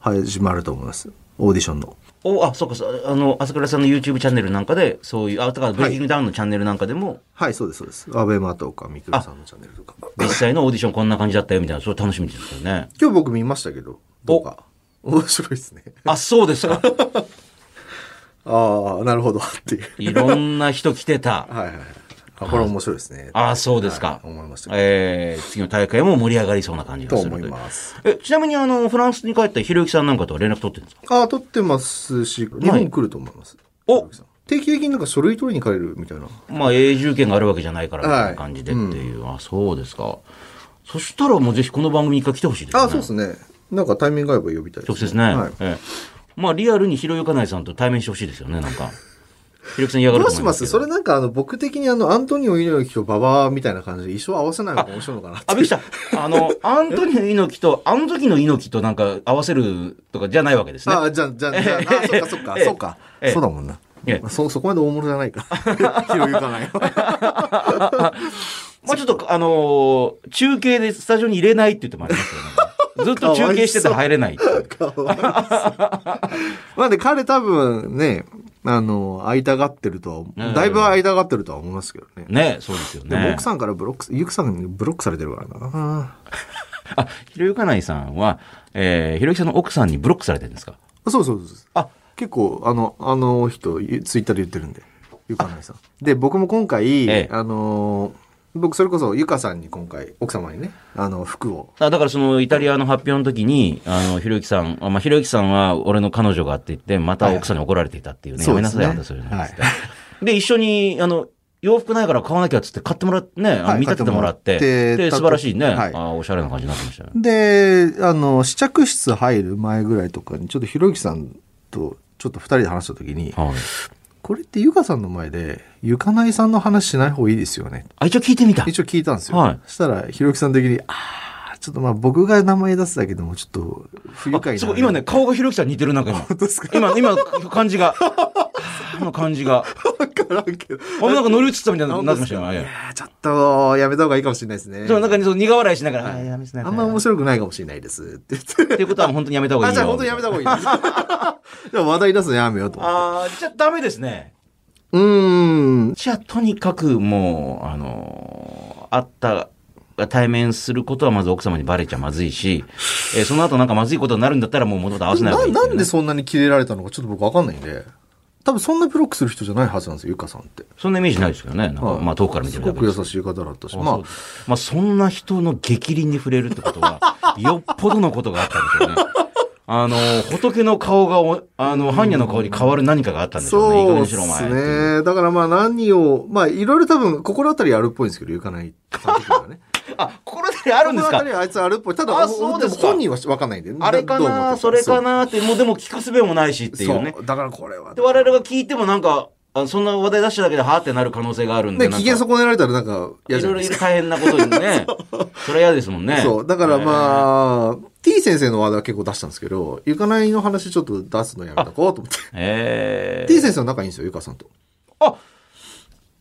[SPEAKER 2] 始まると思います。オーディションの。
[SPEAKER 1] おあそうかそうあの朝倉さんの YouTube チャンネルなんかでそういうあだからブレイキングダウンのチャンネルなんかでも、
[SPEAKER 2] はい、そうです、そうです。アベマとか、ミクルさんのチャンネルとか。
[SPEAKER 1] 実際のオーディションこんな感じだったよみたいなそれ楽しみですよね
[SPEAKER 2] 今日僕見ましたけど、どうか。面白いですね。
[SPEAKER 1] あそうですか
[SPEAKER 2] ああ、なるほど、っていう。
[SPEAKER 1] いろんな人来てた
[SPEAKER 2] はいはいはい。あ、これ面白いですね。
[SPEAKER 1] あそうですか、
[SPEAKER 2] はい思いました
[SPEAKER 1] えー次の大会も盛り上がりそうな感じが
[SPEAKER 2] と
[SPEAKER 1] する
[SPEAKER 2] 思い
[SPEAKER 1] いう
[SPEAKER 2] ます。
[SPEAKER 1] えちなみにあのフランスに帰ったひろゆきさんなんかとは連絡取ってるんですか
[SPEAKER 2] ああ、撮ってますし、日本来ると思います。
[SPEAKER 1] お
[SPEAKER 2] 定期的になんか書類取りに帰るみたいな。
[SPEAKER 1] まあ永住権があるわけじゃないからみたい
[SPEAKER 2] は
[SPEAKER 1] ない感じでっていう、あそうですかそしたらもうぜひこの番組に一回来てほしいですね
[SPEAKER 2] ああ、そうですね。なんかタイミング合えば呼びたい
[SPEAKER 1] 直接ね、
[SPEAKER 2] はい。
[SPEAKER 1] ええまあリアルにひろゆかないさんと対面してほしいですよねなんかひろゆきさん嫌がる
[SPEAKER 2] ど
[SPEAKER 1] と思
[SPEAKER 2] うし
[SPEAKER 1] い
[SPEAKER 2] ま
[SPEAKER 1] ますす
[SPEAKER 2] そ
[SPEAKER 1] けど
[SPEAKER 2] れなんかあの僕的にあのアントニオ猪木と馬場みたいな感じで一生合わせない方が面白いのかなって
[SPEAKER 1] あびっくりしたあ のアントニオ猪木とあの時の猪木となんか合わせるとかじゃないわけですね
[SPEAKER 2] ああ、じゃあ、じゃあ、じゃあ、あそっか そっか、そうか
[SPEAKER 1] ええ。
[SPEAKER 2] そうだもんな
[SPEAKER 1] ええ。
[SPEAKER 2] まあそ、そこまで大物じゃないか。 広ゆかないよ。
[SPEAKER 1] まあちょっとあのー中継でスタジオに入れないって言ってもありますよねずっと中継してたら入れないっていう
[SPEAKER 2] まあで、彼多分ね、あの、会いたがってると
[SPEAKER 1] う
[SPEAKER 2] は、
[SPEAKER 1] ん
[SPEAKER 2] だいぶ会いたがってるとは思いますけどね。
[SPEAKER 1] ねそうですよ
[SPEAKER 2] でも
[SPEAKER 1] ね
[SPEAKER 2] 奥さんからブロック、ゆくさんにブロックされてるからな。
[SPEAKER 1] あひろゆかないさんは、えー、ひろゆきさんの奥さんにブロックされてるんですか
[SPEAKER 2] そうそうそうそう。
[SPEAKER 1] あ
[SPEAKER 2] 結構、あの、あの人、ゆツイッターで言ってるんで、ゆかないさん。で、僕も今回、
[SPEAKER 1] ええ
[SPEAKER 2] あの、僕それこそゆかさんに今回、奥様にね、あの、服を。
[SPEAKER 1] あだからそのイタリアの発表の時に、あの、ひろゆきさん、あまあ、ひろゆきさんは俺の彼女がって言って、また奥さんに怒られていたっていうね、
[SPEAKER 2] はい
[SPEAKER 1] やめなさい、
[SPEAKER 2] そう
[SPEAKER 1] あん
[SPEAKER 2] で
[SPEAKER 1] た
[SPEAKER 2] す
[SPEAKER 1] そう
[SPEAKER 2] ね
[SPEAKER 1] いうのっつって。で、一緒に、あの、洋服ないから買わなきゃっつって買ってもらって、ね、あの
[SPEAKER 2] はい
[SPEAKER 1] 見立ててもらって、
[SPEAKER 2] 買ってもらっ
[SPEAKER 1] で、
[SPEAKER 2] て
[SPEAKER 1] 素晴らしいね、
[SPEAKER 2] はい
[SPEAKER 1] あおしゃれな感じになってましたね。
[SPEAKER 2] で、あの、試着室入る前ぐらいとかに、ちょっとひろゆきさんと、ちょっと二人で話した時に、
[SPEAKER 1] はい。
[SPEAKER 2] これってゆかさんの前で、ゆかないさんの話しない方がいいですよね。
[SPEAKER 1] あ、一応聞いてみた。
[SPEAKER 2] 一応聞いたんですよ。
[SPEAKER 1] はい
[SPEAKER 2] そしたら、ひろゆきさん的に、あーちょっとまあ僕が名前出すだけでも、ちょっと不愉快
[SPEAKER 1] あ
[SPEAKER 2] な。
[SPEAKER 1] すごい、今ね、顔がひろゆきさんに似てる、なんか 今。今、今、感じが。 今の感じが。
[SPEAKER 2] わからんけど。
[SPEAKER 1] あ、なんか乗り移ったみたいになってましたよ。
[SPEAKER 2] い
[SPEAKER 1] あ
[SPEAKER 2] や
[SPEAKER 1] れ
[SPEAKER 2] ーちょっと、やめた方がいいかもしれないですね。
[SPEAKER 1] そう、なんかね、そう苦笑いしながら、あやめっすね
[SPEAKER 2] あんま面白くないかもしれないです。って言って。
[SPEAKER 1] っていうことは本当にやめた方がい
[SPEAKER 2] あ、
[SPEAKER 1] い
[SPEAKER 2] じ
[SPEAKER 1] よ。
[SPEAKER 2] ゃあ本当にやめた方がいい です。でも話題出すのやめようと思って。
[SPEAKER 1] あーじゃあダメですね。
[SPEAKER 2] うーん。
[SPEAKER 1] じゃあとにかくもう、あのー会ったが対面することはまず奥様にバレちゃまずいし、えーその後なんかまずいことになるんだったらもう元と合わせない方がいいってい
[SPEAKER 2] な
[SPEAKER 1] うね
[SPEAKER 2] なんでそんなにキレられたのかちょっと僕わかんないんで多分そんなブロックする人じゃないはずなんですよゆかさんって
[SPEAKER 1] そんなイメージないですけどね。なんか
[SPEAKER 2] はい
[SPEAKER 1] まあ遠くから見て
[SPEAKER 2] す
[SPEAKER 1] る
[SPEAKER 2] ご
[SPEAKER 1] だけ
[SPEAKER 2] く
[SPEAKER 1] で
[SPEAKER 2] 優
[SPEAKER 1] す
[SPEAKER 2] しい方だったし
[SPEAKER 1] ま
[SPEAKER 2] ま
[SPEAKER 1] あ、まあ、そんな人の逆鱗に触れるってこと は、よっぽどのことがあったんでしょうね。あの、仏の顔がお、あの、般若の顔に変わる何かがあった
[SPEAKER 2] あ
[SPEAKER 1] んでしょうね。いい加減
[SPEAKER 2] そう
[SPEAKER 1] に
[SPEAKER 2] で
[SPEAKER 1] しろ、お
[SPEAKER 2] す
[SPEAKER 1] 前。っていう
[SPEAKER 2] ねだからまあ何をまあいろいろ多分心当たりあるっぽいんですけどゆかないさん的にはね
[SPEAKER 1] あ、心当たりあるんです
[SPEAKER 2] 心当
[SPEAKER 1] か
[SPEAKER 2] たりあいつあるっぽいただ
[SPEAKER 1] あそうですか
[SPEAKER 2] も本人はわかんないんで
[SPEAKER 1] あれか
[SPEAKER 2] どう思ってる
[SPEAKER 1] なそれかなって、もうでも聞くすべもないしっていうね
[SPEAKER 2] そ。うだからこれは
[SPEAKER 1] で、我々が聞いてもなんか、あそんな話題出しただけで、はーってなる可能性があるんで。
[SPEAKER 2] ね
[SPEAKER 1] なん
[SPEAKER 2] 機
[SPEAKER 1] か
[SPEAKER 2] 嫌損ねられたらなんか
[SPEAKER 1] いろ
[SPEAKER 2] 嫌
[SPEAKER 1] い
[SPEAKER 2] じゃ
[SPEAKER 1] ろ
[SPEAKER 2] ないで
[SPEAKER 1] い
[SPEAKER 2] すか
[SPEAKER 1] る大変なことに ね。それは嫌ですもんね。
[SPEAKER 2] そう。だからまあ、T 先生のワードは結構出したんですけど、ゆかないの話ちょっと出すのやめとこうと思って。
[SPEAKER 1] えー。え
[SPEAKER 2] T 先生の仲いいんですよ、ゆかさんと。
[SPEAKER 1] あ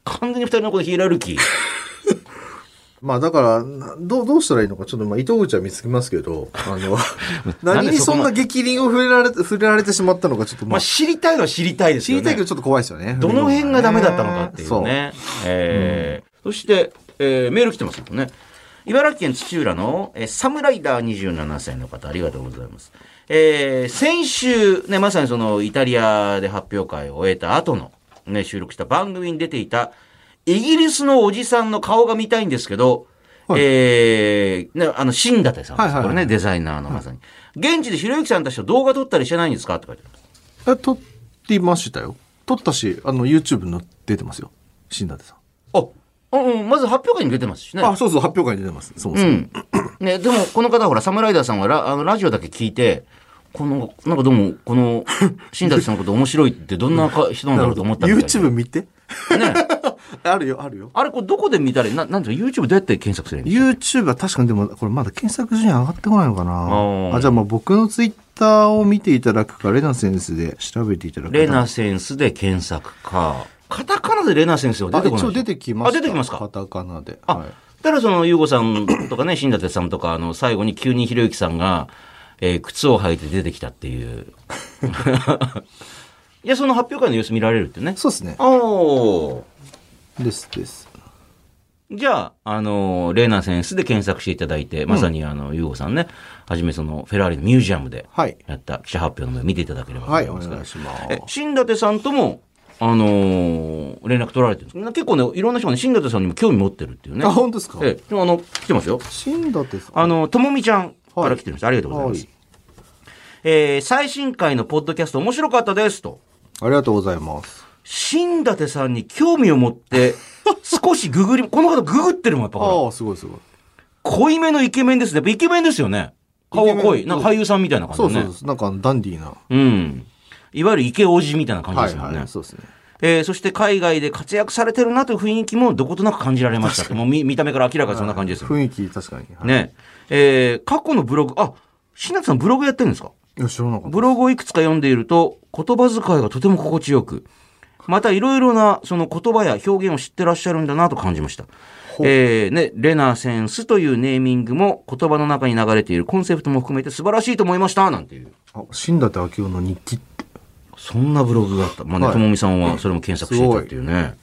[SPEAKER 1] 完全に二人のことヒエラルキー。
[SPEAKER 2] まあだから、などう、どうしたらいいのか、ちょっとまあ、糸口は見つけますけど、あの、
[SPEAKER 1] なん
[SPEAKER 2] 何
[SPEAKER 1] で
[SPEAKER 2] に
[SPEAKER 1] そこ
[SPEAKER 2] そん
[SPEAKER 1] ま
[SPEAKER 2] な激鱗を触れられて、触れられてしまったのか、ちょっと
[SPEAKER 1] ま
[SPEAKER 2] ま
[SPEAKER 1] あ
[SPEAKER 2] あ、
[SPEAKER 1] 知りたいのは知りたいです
[SPEAKER 2] 知
[SPEAKER 1] よね。
[SPEAKER 2] りたいけどちょっと怖いですよね。
[SPEAKER 1] どの辺がダメだったのかってい
[SPEAKER 2] そうう。
[SPEAKER 1] ね。えーそして、えーメール来てますもんね。茨城県土浦の、えーサムライダー27歳の方、ありがとうございます。えー先週、ね、まさにそのイタリアで発表会を終えた後の、ね、収録した番組に出ていた、イギリスのおじさんの顔が見たいんですけど、
[SPEAKER 2] はい
[SPEAKER 1] えーね、あの、新舘さんです、
[SPEAKER 2] はいはいはい
[SPEAKER 1] これね、デザイナーのまさに。現地でひろゆきさんたちと動画撮ったりしてないんですかって書いてある。
[SPEAKER 2] え、撮ってましたよ。撮ったし、あの、YouTube の出てますよ。新舘さん。
[SPEAKER 1] あ、うんうん、まず発表会に出てますしね。
[SPEAKER 2] あ、そうそう、発表会に出てます。そもそうも。
[SPEAKER 1] ん。ね、でも、この方、ほら、サムライダーさんはラあのラジオだけ聞いて、この、なんかどうも、こ の、新崎さんのこと面白いってどんなか人なんだろうと思ったみたいで
[SPEAKER 2] YouTube 見て。
[SPEAKER 1] ね。
[SPEAKER 2] あるよ、あるよ。
[SPEAKER 1] あれ、これどこで見たらいいな、なんていうか YouTube どうやって検索すればいいんです
[SPEAKER 2] YouTube は確かにでもこれまだ検索順位上がってこないのか
[SPEAKER 1] ー
[SPEAKER 2] なあじゃあまあ僕の Twitter を見ていただくかレナセンスで調べていただ
[SPEAKER 1] か
[SPEAKER 2] く
[SPEAKER 1] レナセンスで検索か。カタカナでレナセンスは出
[SPEAKER 2] あ
[SPEAKER 1] てこない
[SPEAKER 2] 一
[SPEAKER 1] でしょ。
[SPEAKER 2] 応出てきます
[SPEAKER 1] あ、出てきますか
[SPEAKER 2] カ。タカナで、
[SPEAKER 1] あ、
[SPEAKER 2] はい
[SPEAKER 1] だからその、ゆうごさんとかね、新舘さんとか、あの、最後に急にひろゆきさんが、えー靴を履いて出てきたって いう。いや、その発表会の様子見られるってね。
[SPEAKER 2] そうですね
[SPEAKER 1] おー
[SPEAKER 2] ですです
[SPEAKER 1] じゃあ、あの、レーナセンスで検索していただいて、まさにあの、ユーゴさんね、はじめその、フェラーリのミュージアムで、
[SPEAKER 2] はい
[SPEAKER 1] やった記者発表の目を見ていただければと
[SPEAKER 2] は
[SPEAKER 1] 思
[SPEAKER 2] い
[SPEAKER 1] い
[SPEAKER 2] お
[SPEAKER 1] ますから
[SPEAKER 2] 願いしま
[SPEAKER 1] え、新舘さんとも、あのー連絡取られてるんです結構ね、いろんな人がね、新舘さんにも興味持ってるっていうね。
[SPEAKER 2] あ本当ですか
[SPEAKER 1] ええ、でもあの、来てますよ。
[SPEAKER 2] 新舘さん
[SPEAKER 1] あの、ともみちゃんか
[SPEAKER 2] は
[SPEAKER 1] ら
[SPEAKER 2] い
[SPEAKER 1] 来てるんです。ありがとうございます。
[SPEAKER 2] はい
[SPEAKER 1] えー最新回のポッドキャスト面白かったですと。
[SPEAKER 2] ありがとうございます
[SPEAKER 1] 新舘さんに興味を持 って、少しググり、この方ググってるもん、やっぱほら
[SPEAKER 2] ああすごいすごい
[SPEAKER 1] 濃いめのイケメンですね。やっぱイケメンですよね。顔が濃
[SPEAKER 2] イ
[SPEAKER 1] い。
[SPEAKER 2] ケメン
[SPEAKER 1] なんか俳優さんみたいな感じ
[SPEAKER 2] そ
[SPEAKER 1] ね。
[SPEAKER 2] うそうそう、なんかあのダンディーな
[SPEAKER 1] うん。いわゆるイケオジみたいな感じで
[SPEAKER 2] は
[SPEAKER 1] す
[SPEAKER 2] い
[SPEAKER 1] よね。
[SPEAKER 2] はいそうですね
[SPEAKER 1] えーそして海外で活躍されてるなという雰囲気もどことなく感じられましたって。もう見見た目から明らかにそんな感じですよね。
[SPEAKER 2] 雰囲気確かに、はい、
[SPEAKER 1] ね。えー過去のブログ、あ、しなさんブログやってるんですか
[SPEAKER 2] いや知らなかった
[SPEAKER 1] ブログをいくつか読んでいると、言葉遣いがとても心地よく、またいろいろなその言葉や表現を知ってらっしゃるんだなと感じました。えー、ね、レナセンスというネーミングも言葉の中に流れているコンセプトも含めて素晴らしいと思いましたなんていう。
[SPEAKER 2] あ新舘明夫の日記って
[SPEAKER 1] そんなブログがあった。まあね、
[SPEAKER 2] はい
[SPEAKER 1] ともみさんはそれも検索していたっていうね。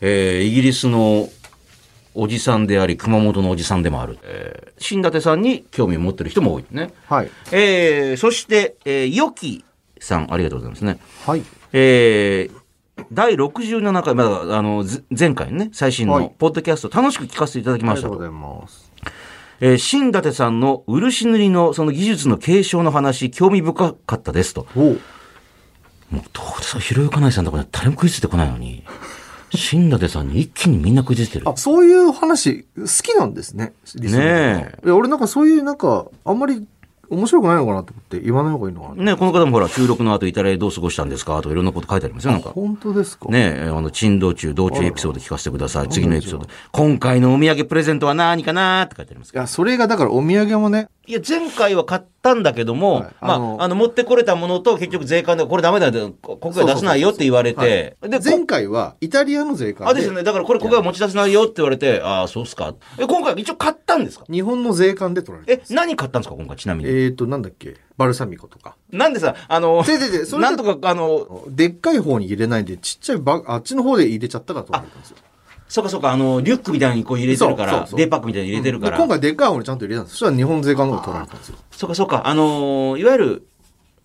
[SPEAKER 1] えー、イギリスのおじさんであり、熊本のおじさんでもある。えー、新舘さんに興味を持ってる人も多いね。
[SPEAKER 2] はい
[SPEAKER 1] えー、そして、えー、よきさん、ありがとうございますね。
[SPEAKER 2] はい
[SPEAKER 1] えー、第67回、まだ、あの、ぜ前回ね、最新
[SPEAKER 2] は
[SPEAKER 1] の
[SPEAKER 2] い
[SPEAKER 1] ポッドキャスト、楽しく聞かせていただき
[SPEAKER 2] あ
[SPEAKER 1] ま
[SPEAKER 2] り
[SPEAKER 1] し
[SPEAKER 2] がと
[SPEAKER 1] たと。
[SPEAKER 2] うございます
[SPEAKER 1] えー、新舘さんの漆塗りのその技術の継承の話、興味深かったですと。
[SPEAKER 2] おう
[SPEAKER 1] もう、どうですか、ひろゆかないさんとかね誰も食いついてこないのに、新舘さんに一気にみんな食いついてる。
[SPEAKER 2] あ、そういう話、好きなんですね。リスナー
[SPEAKER 1] ね
[SPEAKER 2] いや、俺なんかそういう、なんか、あんまり面白くないのかなと思って、言わない方がいいのかな。
[SPEAKER 1] ね、この方もほら、収録の後、イタリアでどう過ごしたんですかとかいろんなこと書いてありますよ、なんか。
[SPEAKER 2] 本当ですか。
[SPEAKER 1] ねえ、あの、珍道中、道中エピソード聞かせてください。次のエピソード。今回のお土産プレゼントは何かなって書いてあります
[SPEAKER 2] い。や、それが、だからお土産もね、
[SPEAKER 1] いや、前回は買ったんだけども、
[SPEAKER 2] はい
[SPEAKER 1] ま
[SPEAKER 2] あの
[SPEAKER 1] あ、あの、持ってこれたものと結局税関で、これダメだよ、こ国外出さないよって言われて、で、
[SPEAKER 2] 前
[SPEAKER 1] こ
[SPEAKER 2] 回は、イタリアの税関
[SPEAKER 1] あ、ですよね。だからこれ国外持ち出せないよって言われて、ああ、そうっすか。え、今回一応買ったんですか
[SPEAKER 2] 日本の税関で取られて
[SPEAKER 1] え
[SPEAKER 2] ま、す。
[SPEAKER 1] 何買ったんですか今回、ちなみに。
[SPEAKER 2] えっ、ー、と、なんだっけ、バルサミコとか。
[SPEAKER 1] なんでさ、あの、
[SPEAKER 2] でででそれ
[SPEAKER 1] なん
[SPEAKER 2] で
[SPEAKER 1] とか、あの、
[SPEAKER 2] でっかい方に入れないで、ちっちゃいバ、あっちの方で入れちゃったから取られたんですよ。
[SPEAKER 1] そうかそうか、あの、リュックみたいにこう入れてるから、
[SPEAKER 2] そうそうそう
[SPEAKER 1] デーパックみたいに入れてるから。
[SPEAKER 2] で今回でっかい方にちゃんと入れたんですそしたら日本税関の方が取られたんですよ
[SPEAKER 1] そうかそうか、あのーいわゆる、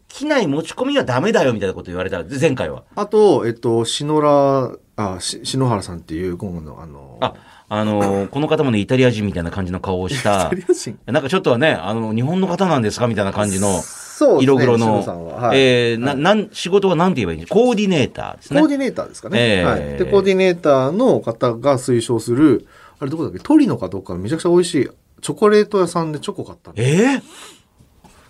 [SPEAKER 1] 機内持ち込みはダメだよみたいなこと言われた、前回は。
[SPEAKER 2] あとえっと篠原あし篠原さんっていう今後のあの
[SPEAKER 1] あ、あのーこの方もね、イタリア人みたいな感じの顔をした
[SPEAKER 2] イタ、リア人
[SPEAKER 1] なんかちょっとはね、あの、日本の方なんですかみたいな感じの、
[SPEAKER 2] そうですね
[SPEAKER 1] 色黒の、
[SPEAKER 2] 篠さんははい
[SPEAKER 1] えーな、なん、仕事は何て言えばいいんですかコーディネーターですね。
[SPEAKER 2] コーディネーターですかね、
[SPEAKER 1] ええ
[SPEAKER 2] はい、でコーディネーターの方が推奨するあれどこだっけトリノかどっかのめちゃくちゃ美味しいチョコレート屋さんでチョコ買ったんで
[SPEAKER 1] えー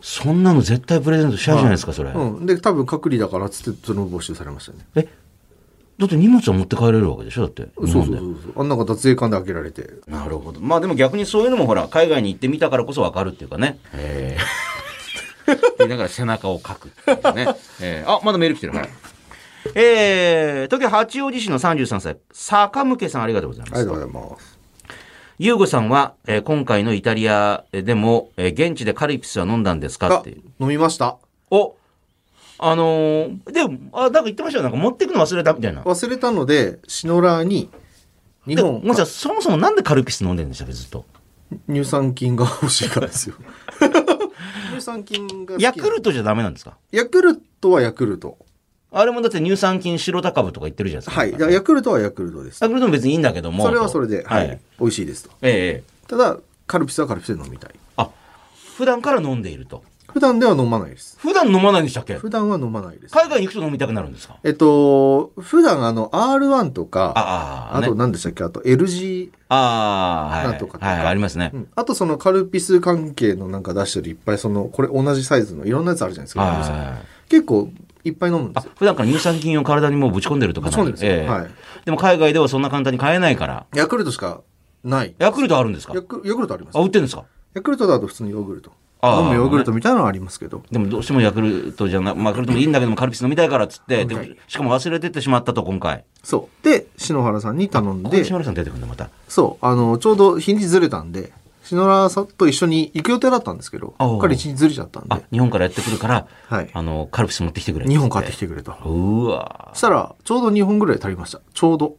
[SPEAKER 1] そんなの絶対プレゼントしちゃうじゃないですか、それ。
[SPEAKER 2] うん、で多分隔離だからっつってその募集されましたね
[SPEAKER 1] えだって荷物は持って帰れるわけでしょだって。
[SPEAKER 2] そうそうそうそうあんなか脱税関で開けられて
[SPEAKER 1] なるほど。まあでも逆にそういうのもほら、海外に行ってみたからこそわかるっていうかね。え え。って言いながら背中をかくっていう ね。ええあ、まだメール来てる。はい。えー、東京八王子市の33歳、坂向さんありがとうござい
[SPEAKER 2] あ
[SPEAKER 1] ま
[SPEAKER 2] り
[SPEAKER 1] す。
[SPEAKER 2] がとうございます
[SPEAKER 1] ゆうごさんは、えー今回のイタリアでも、えー現地でカルピスは飲んだんですかっ
[SPEAKER 2] あ
[SPEAKER 1] ていう。
[SPEAKER 2] 飲みました
[SPEAKER 1] おあのーでも、あ、なんか言ってましたよ。なんか持ってくの忘れたみたいな。
[SPEAKER 2] 忘れたのでシノラーに日
[SPEAKER 1] でも、
[SPEAKER 2] 本
[SPEAKER 1] もちろんそもそもなんでカルピス飲んでるんでしたっけ、ずっと。
[SPEAKER 2] 乳酸菌が欲しいか らですよ乳酸菌が好きな
[SPEAKER 1] ヤクルトじゃダメなんですか
[SPEAKER 2] ヤクルトはヤクルト
[SPEAKER 1] あれもだって乳酸菌白高部とか言ってるじゃないですか。
[SPEAKER 2] はいだからヤクルトはヤクルトです
[SPEAKER 1] ヤクルトも別にいいんだけども。
[SPEAKER 2] それはそれで、
[SPEAKER 1] と
[SPEAKER 2] は
[SPEAKER 1] はいい。
[SPEAKER 2] 美味しいですと
[SPEAKER 1] ええ
[SPEAKER 2] ただカルピスはカルピスで飲みたい
[SPEAKER 1] あ、普段から飲んでいると。
[SPEAKER 2] 普段では飲まないです
[SPEAKER 1] 普段飲まないんでしたっけ
[SPEAKER 2] 普段は飲まないです
[SPEAKER 1] 海外に行くと飲みたくなるんですか
[SPEAKER 2] えっと普段あの R1 とか
[SPEAKER 1] ああ、
[SPEAKER 2] あ
[SPEAKER 1] ね
[SPEAKER 2] と何でしたっけあと LG
[SPEAKER 1] ああ、
[SPEAKER 2] なんとかと
[SPEAKER 1] はい。
[SPEAKER 2] か
[SPEAKER 1] はい、ありますね
[SPEAKER 2] う。んあとそのカルピス関係のなんか出してるいっぱいそのこれ同じサイズのいろんなやつあるじゃないです
[SPEAKER 1] はい
[SPEAKER 2] か、結構いっぱい飲むんで
[SPEAKER 1] あ
[SPEAKER 2] すよ、
[SPEAKER 1] 普段から乳酸菌を体にもうぶち込んでるとかな
[SPEAKER 2] ぶち込んでるんですよ
[SPEAKER 1] ええ
[SPEAKER 2] はい
[SPEAKER 1] でも海外ではそんな簡単に買えないから。
[SPEAKER 2] ヤクルトしかない
[SPEAKER 1] ヤクルトあるんですか
[SPEAKER 2] ヤクヨーグルトあります
[SPEAKER 1] あ、売ってるんですか
[SPEAKER 2] ヤクルトだと普通のヨーグルト
[SPEAKER 1] あー
[SPEAKER 2] 飲むヨーグルトみたいなのはありますけど、
[SPEAKER 1] でもどうしてもヤクルトじゃな、まあ、ヤクルトもいいんだけどもカルピス飲みたいからっつって、でもしかも忘れてってしまったと今回。
[SPEAKER 2] そうで篠原さんに頼ん
[SPEAKER 1] ここで
[SPEAKER 2] で
[SPEAKER 1] 島村さん出てくるんだまた。
[SPEAKER 2] そうあのちょうど日にちずれたんで篠原さんと一緒に行く予定だったんですけど
[SPEAKER 1] あー
[SPEAKER 2] 彼一日ずれちゃったん
[SPEAKER 1] あ
[SPEAKER 2] で、
[SPEAKER 1] 日本からやってくるから、
[SPEAKER 2] はい
[SPEAKER 1] あの、カルピス持ってきてくれ。
[SPEAKER 2] 2本買ってきてくれと
[SPEAKER 1] うわ
[SPEAKER 2] そしたらちょうど2本ぐらい足りましたちょうど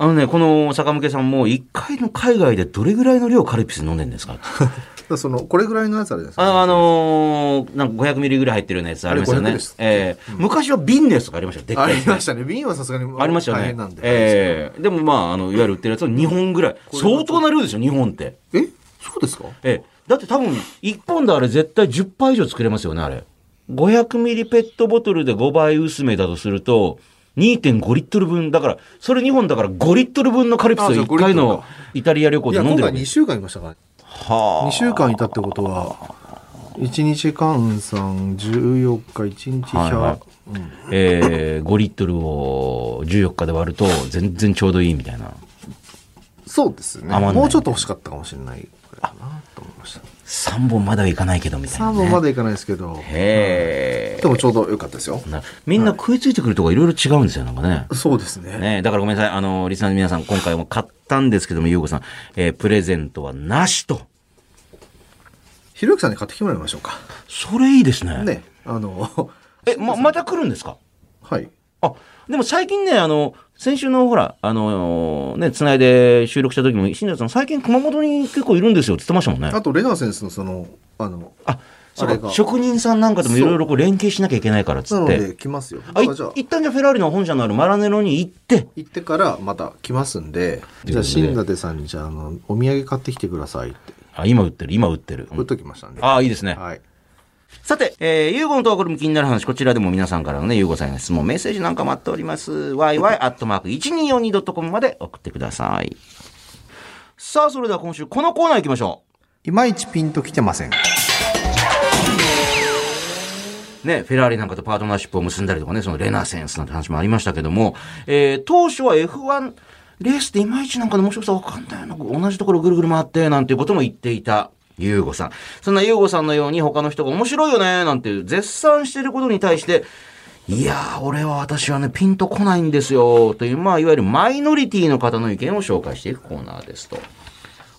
[SPEAKER 1] あのね、この坂向さんも、一回の海外でどれぐらいの量カルピス飲んでんですか
[SPEAKER 2] だからそのこれぐらいのやつあるじゃないですか
[SPEAKER 1] ああのーなんか500ミリぐらい入ってるようなやつありますよ
[SPEAKER 2] あれ500
[SPEAKER 1] ね
[SPEAKER 2] で。す
[SPEAKER 1] ええ昔は瓶のやつとかありましたよ。でっ
[SPEAKER 2] あ
[SPEAKER 1] かいや
[SPEAKER 2] り
[SPEAKER 1] つ。
[SPEAKER 2] ましたね。瓶はさすがに
[SPEAKER 1] ありましたよね。
[SPEAKER 2] 大変なんで。
[SPEAKER 1] ええでもまあ、あの、いわゆる売ってるやつは2本ぐらい。相当な量ですよ、2本って。
[SPEAKER 2] えそうですか
[SPEAKER 1] ええだって多分、1本であれ絶対10杯以上作れますよね、あれ。500ミリペットボトルで5倍薄めだとすると、2.5リットル分。だから、それ2本だから5リットル分のカルピスを
[SPEAKER 2] あじゃあ
[SPEAKER 1] 1回
[SPEAKER 2] 5リット
[SPEAKER 1] の
[SPEAKER 2] ルか
[SPEAKER 1] イタリア旅行
[SPEAKER 2] い
[SPEAKER 1] で
[SPEAKER 2] や、
[SPEAKER 1] 飲ん
[SPEAKER 2] 今
[SPEAKER 1] でるわ
[SPEAKER 2] 回
[SPEAKER 1] け
[SPEAKER 2] 2週間いましたからね。2
[SPEAKER 1] は
[SPEAKER 2] 週間いたってことは、1日換算14日、1日100、
[SPEAKER 1] はいはあ。えー、5リットルを14日で割ると、全然ちょうどいいみたいな。
[SPEAKER 2] そうですね。
[SPEAKER 1] 余んない
[SPEAKER 2] もうちょっと欲しかったかもしれないくらいかなと思いました。
[SPEAKER 1] 3本まではいかないけどみたいな、
[SPEAKER 2] 3
[SPEAKER 1] ね。
[SPEAKER 2] 本までいかないですけど、
[SPEAKER 1] へー
[SPEAKER 2] でもちょうど良かったですよ。
[SPEAKER 1] なみんな食いついてくるとこいろいろ違うんですよ、なんかね。
[SPEAKER 2] そうですね。
[SPEAKER 1] ねだからごめんなさい。あの、リスナーの皆さん、今回も買ったんですけども、ゆうこさん、えープレゼントはなしと。
[SPEAKER 2] ひろゆきさんに買ってきてもらいましょうか。
[SPEAKER 1] それいいですね。
[SPEAKER 2] ね。あの、
[SPEAKER 1] え、ま、また来るんですか
[SPEAKER 2] はい。
[SPEAKER 1] あ、でも最近ね、あの、先週のほら、あのーね、つないで収録した時も、新庄さん、最近熊本に結構いるんですよって言ってましたもんね。
[SPEAKER 2] あと、レナー先生のその、あの、
[SPEAKER 1] あ、そう
[SPEAKER 2] あれ
[SPEAKER 1] か、
[SPEAKER 2] が
[SPEAKER 1] 職人さんなんかともいろいろこう連携しなきゃいけないからっつ
[SPEAKER 2] な
[SPEAKER 1] っ
[SPEAKER 2] の
[SPEAKER 1] て
[SPEAKER 2] で。来ますよ。だ
[SPEAKER 1] あ、
[SPEAKER 2] か
[SPEAKER 1] い
[SPEAKER 2] らじゃあ、
[SPEAKER 1] 一旦じゃあフェラーリの本社のあるマラネロに行って、
[SPEAKER 2] 行ってからまた来ますん
[SPEAKER 1] とい
[SPEAKER 2] で、
[SPEAKER 1] うことで
[SPEAKER 2] じゃあ新舘さんにじゃああのお土産買ってきてくださいって
[SPEAKER 1] あ、今売ってる、今売ってる。
[SPEAKER 2] 言っときましたんで。
[SPEAKER 1] ああ、いいですね。
[SPEAKER 2] はい。
[SPEAKER 1] さて、えー、ユーゴのトークルーム気になる話、こちらでも皆さんからのね、ユーゴさんへの質問、メッセージなんか待っております。yy.1242.com まで送ってください。さあ、それでは今週、このコーナー行きましょ
[SPEAKER 2] いまいちピンときてません。
[SPEAKER 1] う。ね、フェラーリなんかとパートナーシップを結んだりとかね、そのレナセンスなんて話もありましたけども、えー、当初は F1 レースでいまいちなんかの面白さわかんないよな、同じところぐるぐる回って、なんていうことも言っていた。ユーゴさん。そんなユーゴさんのように他の人が面白いよね、なんていう絶賛していることに対して、いやー、俺は私はね、ピンとこないんですよ、という、まあ、いわゆるマイノリティの方の意見を紹介していくコーナーですと。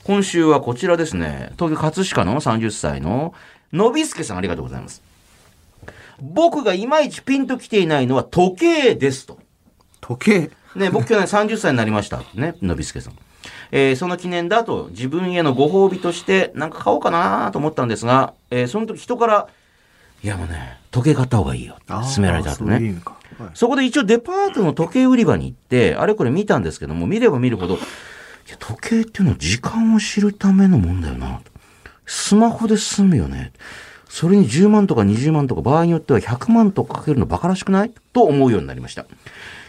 [SPEAKER 1] 今週はこちらですね、東京葛飾の30歳の、のびすけさん、ありがとうございます。僕がいまいちピンときていないのは時計ですと。
[SPEAKER 2] 時計。
[SPEAKER 1] ね、僕去年30歳になりましたってね、のびすけさん。えーその記念だと自分へのご褒美としてなんか買おうかなと思ったんですが、えーその時人から、いやもうね、時計買った方がいいよって勧められた後
[SPEAKER 2] あーそうい
[SPEAKER 1] ね
[SPEAKER 2] う。のかはい
[SPEAKER 1] そこで一応デパートの時計売り場に行って、あれこれ見たんですけども、見れば見るほど、いや時計っていうのは時間を知るためのもんだよな。スマホで済むよね。それに10万とか20万とか場合によっては100万とかかけるのバカらしくないと思うようになりました。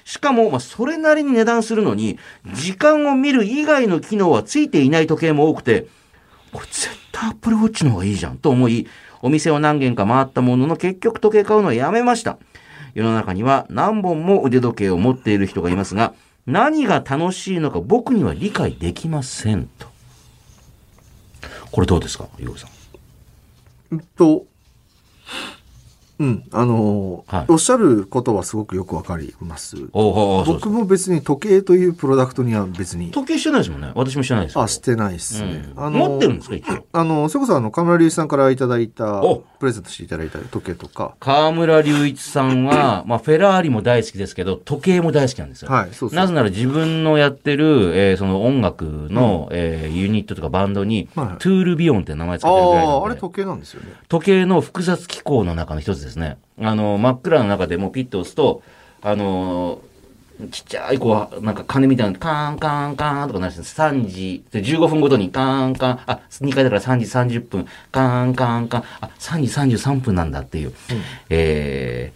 [SPEAKER 1] しかも、まあ、それなりに値段するのに、時間を見る以外の機能はついていない時計も多くて、これ絶対アップルウォッチの方がいいじゃんと思い、お店を何軒か回ったものの結局時計買うのはやめました。世の中には何本も腕時計を持っている人がいますが、何が楽しいのか僕には理解できませんと。これどうですか、ヨウさん。
[SPEAKER 2] うんと、うん、あのー
[SPEAKER 1] はい
[SPEAKER 2] おっしゃることはすごくよくわかります。
[SPEAKER 1] おお、そうです
[SPEAKER 2] 僕。も別に時計というプロダクトには別に、
[SPEAKER 1] 時計してないですもんね。私もしてないですけど。
[SPEAKER 2] あ、してないですね。
[SPEAKER 1] うん
[SPEAKER 2] あのー
[SPEAKER 1] 持ってるんですか、一応。
[SPEAKER 2] あの、それこそあの、河村隆一さんからいただいた
[SPEAKER 1] お、
[SPEAKER 2] プレゼントしていただいた時計とか、
[SPEAKER 1] 河村隆一さんは、まあ、フェラーリも大好きですけど、時計も大好きなんですよ。
[SPEAKER 2] はいそうそう
[SPEAKER 1] なぜなら自分のやってる、えーその音楽の、えーユニットとかバンドに、
[SPEAKER 2] はい
[SPEAKER 1] トゥールビヨンって名前つけ
[SPEAKER 2] あ
[SPEAKER 1] てるぐらいなん
[SPEAKER 2] あ、
[SPEAKER 1] で
[SPEAKER 2] あれ時計なんですよね。
[SPEAKER 1] 時計の複雑機構の中の一つですね。あの、真っ暗の中でもうピッと押すと、あの、ちっちゃいこう、なんか鐘みたいなのカーンカーンカーンとかなして3時、で15分ごとにカーンカーン、あ、2回だから3時30分、カーンカーンカーン、あ、3時33分なんだっていう、え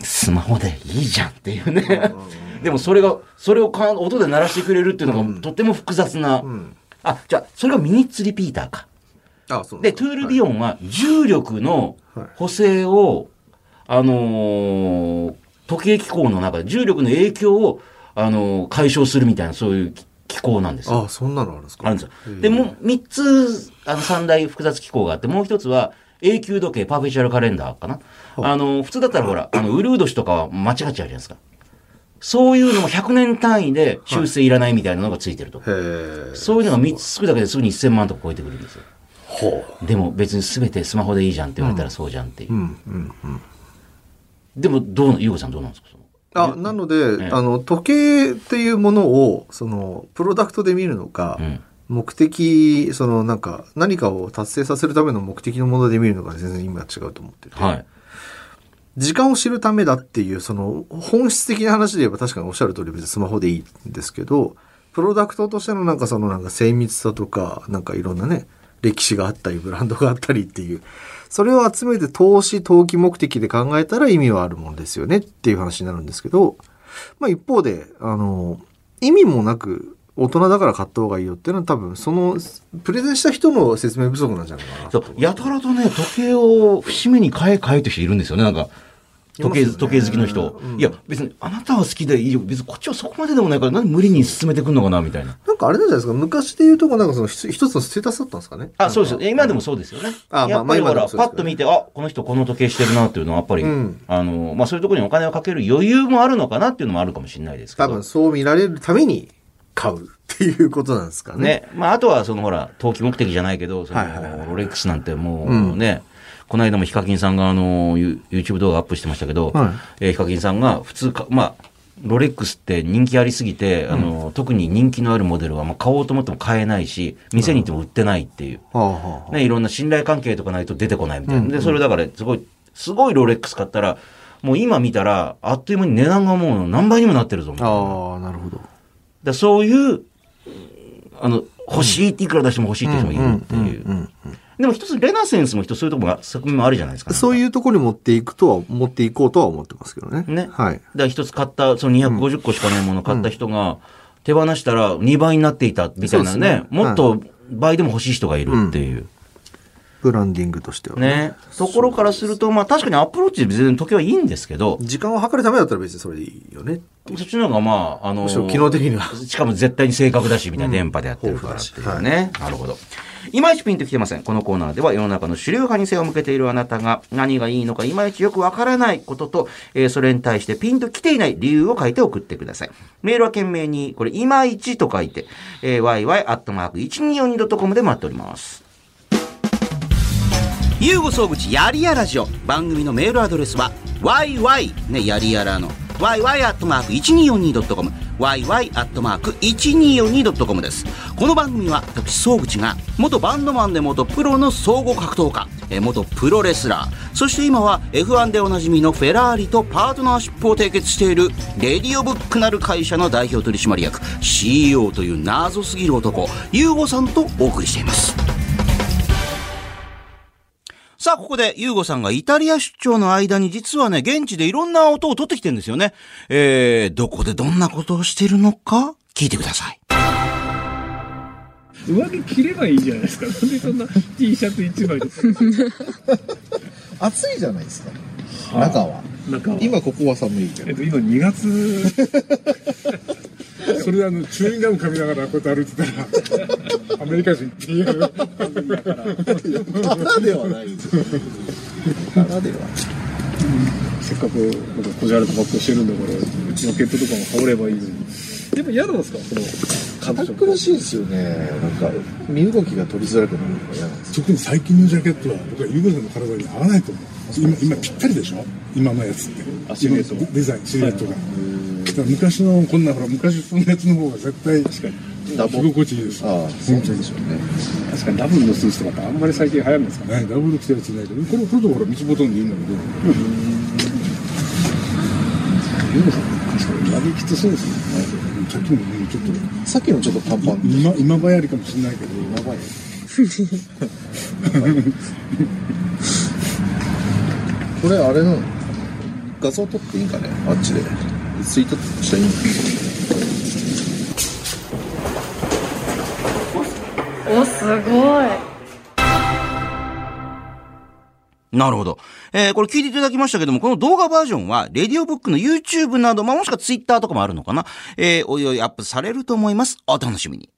[SPEAKER 1] ー、スマホでいいじゃんっていうね。 でもそれが、それをカーン音で鳴らしてくれるっていうのがとても複雑な、あ、じゃあ、それがミニッツリピーターか。
[SPEAKER 2] あそう
[SPEAKER 1] で、トゥールビヨンは重力の
[SPEAKER 2] はい
[SPEAKER 1] 補正を、あのー時計機構の中で重力の影響を、あのー解消するみたいな、そういう機構なんですよ。
[SPEAKER 2] ああ、そんなのあるんですか
[SPEAKER 1] あるんですよ。で、もう3つ、あの、三大複雑機構があって、もう一つは、永久時計、パーフェチュアルカレンダーかな。あの、普通だったらほら、あの、ウルード氏とかは間違っちゃうじゃないですか。そういうのも100年単位で修正いらないみたいなのがついてると。
[SPEAKER 2] へえ。
[SPEAKER 1] そういうのが3つつくだけですぐに1000万とか超えてくるんですよ。
[SPEAKER 2] ほ
[SPEAKER 1] でも別に全てスマホでいいじゃんって言われたらそうじゃんっていう。
[SPEAKER 2] う。うん、うん、うん。
[SPEAKER 1] でもどうな、ゆうこさんどうなんですかその
[SPEAKER 2] あ、なので、あの、時計っていうものを、その、プロダクトで見るのか、
[SPEAKER 1] うん
[SPEAKER 2] 目的、その、なんか、何かを達成させるための目的のもので見るのが全然今は違うと思ってて。
[SPEAKER 1] はい。
[SPEAKER 2] 時間を知るためだっていう、その本質的な話で言えば確かにおっしゃる通り別にスマホでいいんですけど、プロダクトとしてのなんかそのなんか精密さとか、なんかいろんなね、歴史があったり、ブランドがあったりっていう、それを集めて投資、投機目的で考えたら意味はあるものですよねっていう話になるんですけど、まあ一方で、あの、意味もなく大人だから買った方がいいよっていうのは多分その、プレゼンした人の説明不足なんじゃないかな
[SPEAKER 1] そ
[SPEAKER 2] と
[SPEAKER 1] う、やたらとね、時計を節目に買え買えって人いるんですよね、なんか。時計、
[SPEAKER 2] いますよね
[SPEAKER 1] 時計好きの人、いや、別に、あなたは好きでいいよ。別にこっちはそこまででもないから、なんで無理に進めてくんのかな、みたいな。
[SPEAKER 2] なんかあれなんじゃないですか昔で言うとこなんかその一一つのステータスだったんですかね
[SPEAKER 1] あ、そうですよ。今でもそうですよね。
[SPEAKER 2] あ
[SPEAKER 1] やっぱり
[SPEAKER 2] ま
[SPEAKER 1] ほ
[SPEAKER 2] あ今で
[SPEAKER 1] ら、
[SPEAKER 2] もそう
[SPEAKER 1] パ
[SPEAKER 2] で
[SPEAKER 1] ッ
[SPEAKER 2] すけどね
[SPEAKER 1] と見て、あ、この人この時計してるなっていうのは、やっぱり、
[SPEAKER 2] うん
[SPEAKER 1] あの、まあ、そういうところにお金をかける余裕もあるのかなっていうのもあるかもしれないですけど。
[SPEAKER 2] 多分そう見られるために買うっていうことなんですかね。
[SPEAKER 1] ね。まあ、あとは、そのほら、投機目的じゃないけど、その
[SPEAKER 2] はいはいはい
[SPEAKER 1] ロレックスなんても
[SPEAKER 2] う
[SPEAKER 1] うね、この間もヒカキンさんが、あの、ユ YouTube 動画アップしてましたけど
[SPEAKER 2] はい、
[SPEAKER 1] えーヒカキンさんが、普通か、まあ、ロレックスって人気ありすぎて、あの、特に人気のあるモデルは、まあ、買おうと思っても買えないし、店に行っても売ってないっていう。
[SPEAKER 2] はあはあはあ
[SPEAKER 1] ね、いろんな信頼関係とかないと出てこないみたいな。で、それだから、すごい、すごいロレックス買ったら、もう今見たら、あっという間に値段がもう何倍にもなってるぞ、みたいな。
[SPEAKER 2] ああ、なるほど。
[SPEAKER 1] だそういう、うんあの、欲しいっていくら出しても欲しいって人もいるっていう。でも一つ、レナセンスも一つそういうところが、側面もあるじゃないですか、
[SPEAKER 2] そう
[SPEAKER 1] う。
[SPEAKER 2] いうところに持っていくとは、持っていこうとは思ってますけどね。
[SPEAKER 1] ね。
[SPEAKER 2] はい。
[SPEAKER 1] だから一つ買った、その250個しかないものを買った人が、手放したら2倍になっていたみたいな
[SPEAKER 2] そうです
[SPEAKER 1] ね
[SPEAKER 2] ね。
[SPEAKER 1] もっと倍でも欲しい人がいるっていう。
[SPEAKER 2] ブランディングとしては。
[SPEAKER 1] ね。ところからすると、まあ確かにアプローチで全然時計はいいんですけど、
[SPEAKER 2] 時間を測るためだったら別にそれでいいよね。
[SPEAKER 1] そっちの方がまあ、あの
[SPEAKER 2] むしろ機能的には。
[SPEAKER 1] しかも絶対に正確だし、みたいな電波でやってるからっていうね。なるほど。いまいちピンときてません。このコーナーでは世の中の主流派に背を向けているあなたが何がいいのかいまいちよくわからないことと、えーそれに対してピンときていない理由を書いて送ってください。メールは懸命に、これ、いまいちと書いて、えー、yy.1242.com で待っております。ユーゴ総口やりやラジオ番組のメールアドレスは yy ねやりやらの yy.1242.com yy.1242.com ですこの番組は私総口が元バンドマンで元プロの総合格闘家えー元プロレスラーそして今は F1 でおなじみのフェラーリとパートナーシップを締結しているレディオブックなる会社の代表取締役 CEO という謎すぎる男ユーゴさんとお送りしていますさあ、ここで、ユーゴさんがイタリア出張の間に、実はね、現地でいろんな音を取ってきてるんですよね。えー、どこでどんなことをしてるのか、聞いてください。
[SPEAKER 3] 上着着ればいいじゃないですか。なんでそんな T シャツ一枚で。
[SPEAKER 2] 暑いじゃないですか
[SPEAKER 3] あ
[SPEAKER 2] 中は
[SPEAKER 3] 中は。
[SPEAKER 2] 今ここは寒いけ
[SPEAKER 3] え
[SPEAKER 2] ど
[SPEAKER 3] っと、今2月。
[SPEAKER 4] それであのチューインガム噛みながらこうやって歩いてたらアメリカ人って言う
[SPEAKER 2] ただではないですただでは
[SPEAKER 3] せっかく、なんかこじゃれた格好してるんだから、ジャケットとかも羽織ればいいのに。やっぱ嫌なんですかその、
[SPEAKER 2] 堅苦しいですよねなんか身動きが取りづらくなるのが嫌なんです
[SPEAKER 4] 特に最近のジャケットは僕はユーゴさんの体に合わないと思う今今ぴったりでしょ今のやつって
[SPEAKER 3] あシルエットが
[SPEAKER 4] 今のデザインシルエットが、だから昔のこんなほら昔そのやつの方が絶対確か
[SPEAKER 2] ダボ
[SPEAKER 4] 着心地いいです
[SPEAKER 2] ああそうでしょうね
[SPEAKER 3] 確かにダブルのスーツとかってあんまり最近流行るんですか
[SPEAKER 4] ね、ダブル着たやつないけどこれこれとほら三つボトンでいいんだけど
[SPEAKER 3] ユーゴさん、確かに上着きつそうですね。
[SPEAKER 4] さっきのねちょっと
[SPEAKER 2] さっきのちょっと短パンで
[SPEAKER 4] 今今流行りかもしれないけど
[SPEAKER 2] やばいこれあれなの画像撮っていいんかねあっちでツイートしたらいいんか
[SPEAKER 5] おすごい
[SPEAKER 1] なるほど。えー、これ聞いていただきましたけども、この動画バージョンは、レディオブックの YouTube など、まあ、もしくは Twitter とかもあるのかな。えー、おいおいアップされると思います。お楽しみに。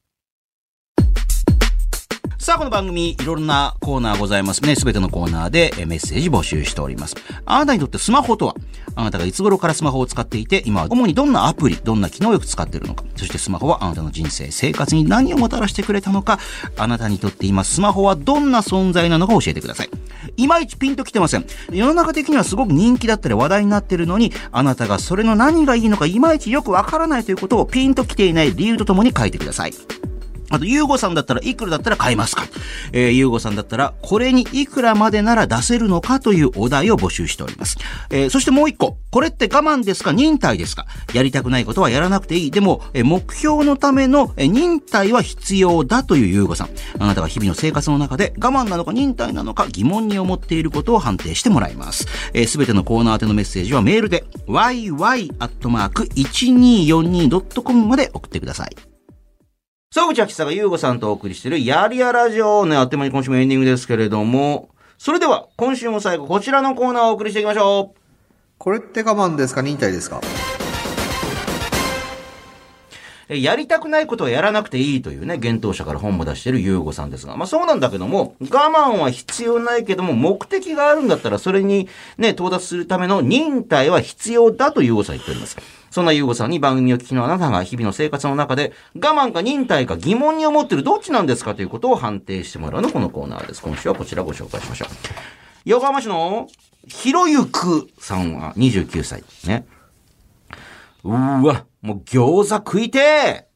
[SPEAKER 1] さあ、この番組、いろんなコーナーございますね。すべてのコーナーでえーメッセージ募集しております。あなたにとってスマホとはあなたがいつ頃からスマホを使っていて、今は主にどんなアプリ、どんな機能をよく使っているのか、そしてスマホはあなたの人生、生活に何をもたらしてくれたのか、あなたにとって今スマホはどんな存在なのか教えてください。いまいちピンときてません。世の中的にはすごく人気だったり話題になってるのに、あなたがそれの何がいいのかいまいちよくわからないということをピンときていない理由とともに書いてください。あと、ゆうごさんだったらいくらだったら買えますかえー、ゆうごさんだったら、これにいくらまでなら出せるのかというお題を募集しております。えーそしてもう一個。これって我慢ですか忍耐ですかやりたくないことはやらなくていい。でも、えー目標のための、えー忍耐は必要だというゆうごさん。あなたが日々の生活の中で我慢なのか忍耐なのか疑問に思っていることを判定してもらいます。えーすべてのコーナー宛てのメッセージはメールで、yy.1242.com まで送ってください。総口秋さがゆうごさんとお送りしているやりやラジオね、あっという間に今週もエンディングですけれども、それでは今週も最後こちらのコーナーをお送りしていきましょう。
[SPEAKER 2] これって我慢ですか忍耐ですか
[SPEAKER 1] えやりたくないことはやらなくていいというね、幻冬者から本も出しているゆうごさんですが、まあそうなんだけども、我慢は必要ないけども、目的があるんだったらそれにね、到達するための忍耐は必要だとゆうごさん言っております。そんなゆうごさんに番組を聞きのあなたが日々の生活の中で我慢か忍耐か疑問に思ってるどっちなんですかということを判定してもらうのこのコーナーです。今週はこちらご紹介しましょう。横浜市のひろゆくさんは29歳ですね。うーわ、もう餃子食いてえ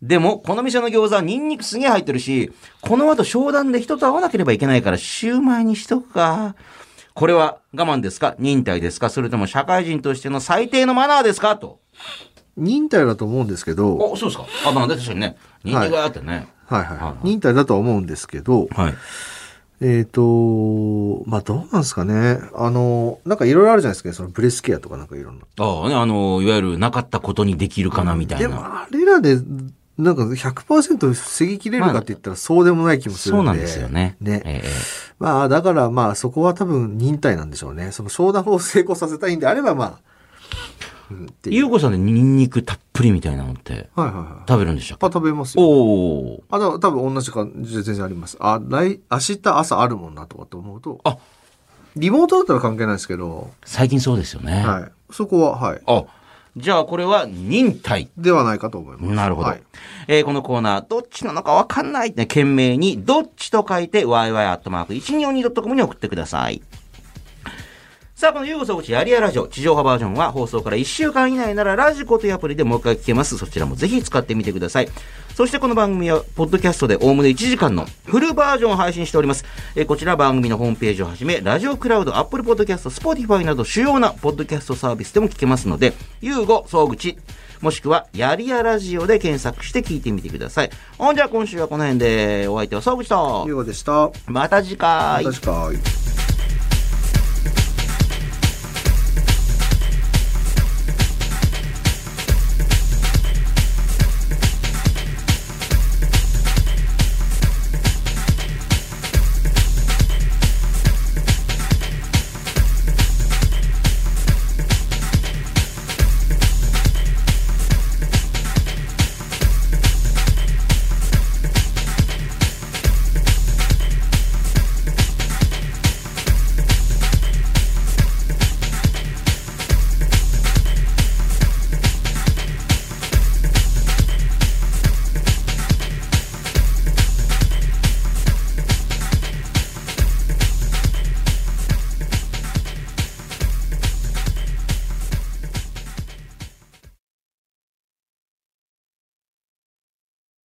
[SPEAKER 1] でも、この店の餃子はニンニクすげえ入ってるし、この後商談で人と会わなければいけないからシューマイにしとくか。これは我慢ですか忍耐ですかそれとも社会人としての最低のマナーですかと。
[SPEAKER 2] 忍耐だと思うんですけど
[SPEAKER 1] お、そうですかあ、まあ、確かにね。ニンニクがあってね。
[SPEAKER 2] はい
[SPEAKER 1] はいはい
[SPEAKER 2] はい。忍耐だとは思うんですけど、
[SPEAKER 1] はい。
[SPEAKER 2] えっ、と、まあどうなんですかね。あの、なんかいろいろあるじゃないですか、そのブレスケアとかなんかいろんな。
[SPEAKER 1] ああね、あの、いわゆるなかったことにできるかなみたい
[SPEAKER 2] で
[SPEAKER 1] な。
[SPEAKER 2] もあれらで、なんか100%防ぎきれるかって言ったらそうでもない気もするん
[SPEAKER 1] そ
[SPEAKER 2] で。
[SPEAKER 1] うなんですよね。
[SPEAKER 2] ね。
[SPEAKER 1] ええ
[SPEAKER 2] まあだからまあそこは多分忍耐なんでしょうね。その商談を成功させたいんであればまあ、うん、ってい
[SPEAKER 1] ゆ
[SPEAKER 2] う。
[SPEAKER 1] うこさんでニンニクたっぷりみたいなのって
[SPEAKER 2] はいはいはい。
[SPEAKER 1] 食べるんでしたっ
[SPEAKER 2] あ
[SPEAKER 1] け
[SPEAKER 2] 食べますよ。
[SPEAKER 1] おお。
[SPEAKER 2] あ、だから多分同じ感じで全然あります。あ、来、明日朝あるもんなとかって思うと。
[SPEAKER 1] あ
[SPEAKER 2] リモートだったら関係ないですけど、
[SPEAKER 1] 最近そうですよね。
[SPEAKER 2] はい。そこは、はい。
[SPEAKER 1] あ、じゃあこれは忍耐。
[SPEAKER 2] ではないかと思います。
[SPEAKER 1] なるほど。
[SPEAKER 2] はい
[SPEAKER 1] えーこのコーナー、どっちなのかわかんないって、懸命に、どっちと書いて、yy.1242.com に送ってください。さあ、このユーゴ総口やりやラジオ、地上波バージョンは放送から1週間以内ならラジコというアプリでもう一回聞けます。そちらもぜひ使ってみてください。そしてこの番組は、ポッドキャストでおおむね1時間のフルバージョンを配信しております。えーこちら番組のホームページをはじめ、ラジオクラウド、アップルポッドキャスト、スポティファイなど主要なポッドキャストサービスでも聞けますので、ユーゴ総口、もしくは、やりやラジオで検索して聞いてみてください。ほんじゃ、今週はこの辺で、お相手は総口と
[SPEAKER 2] ゆ、うごでした。
[SPEAKER 1] また次回。
[SPEAKER 2] 確か。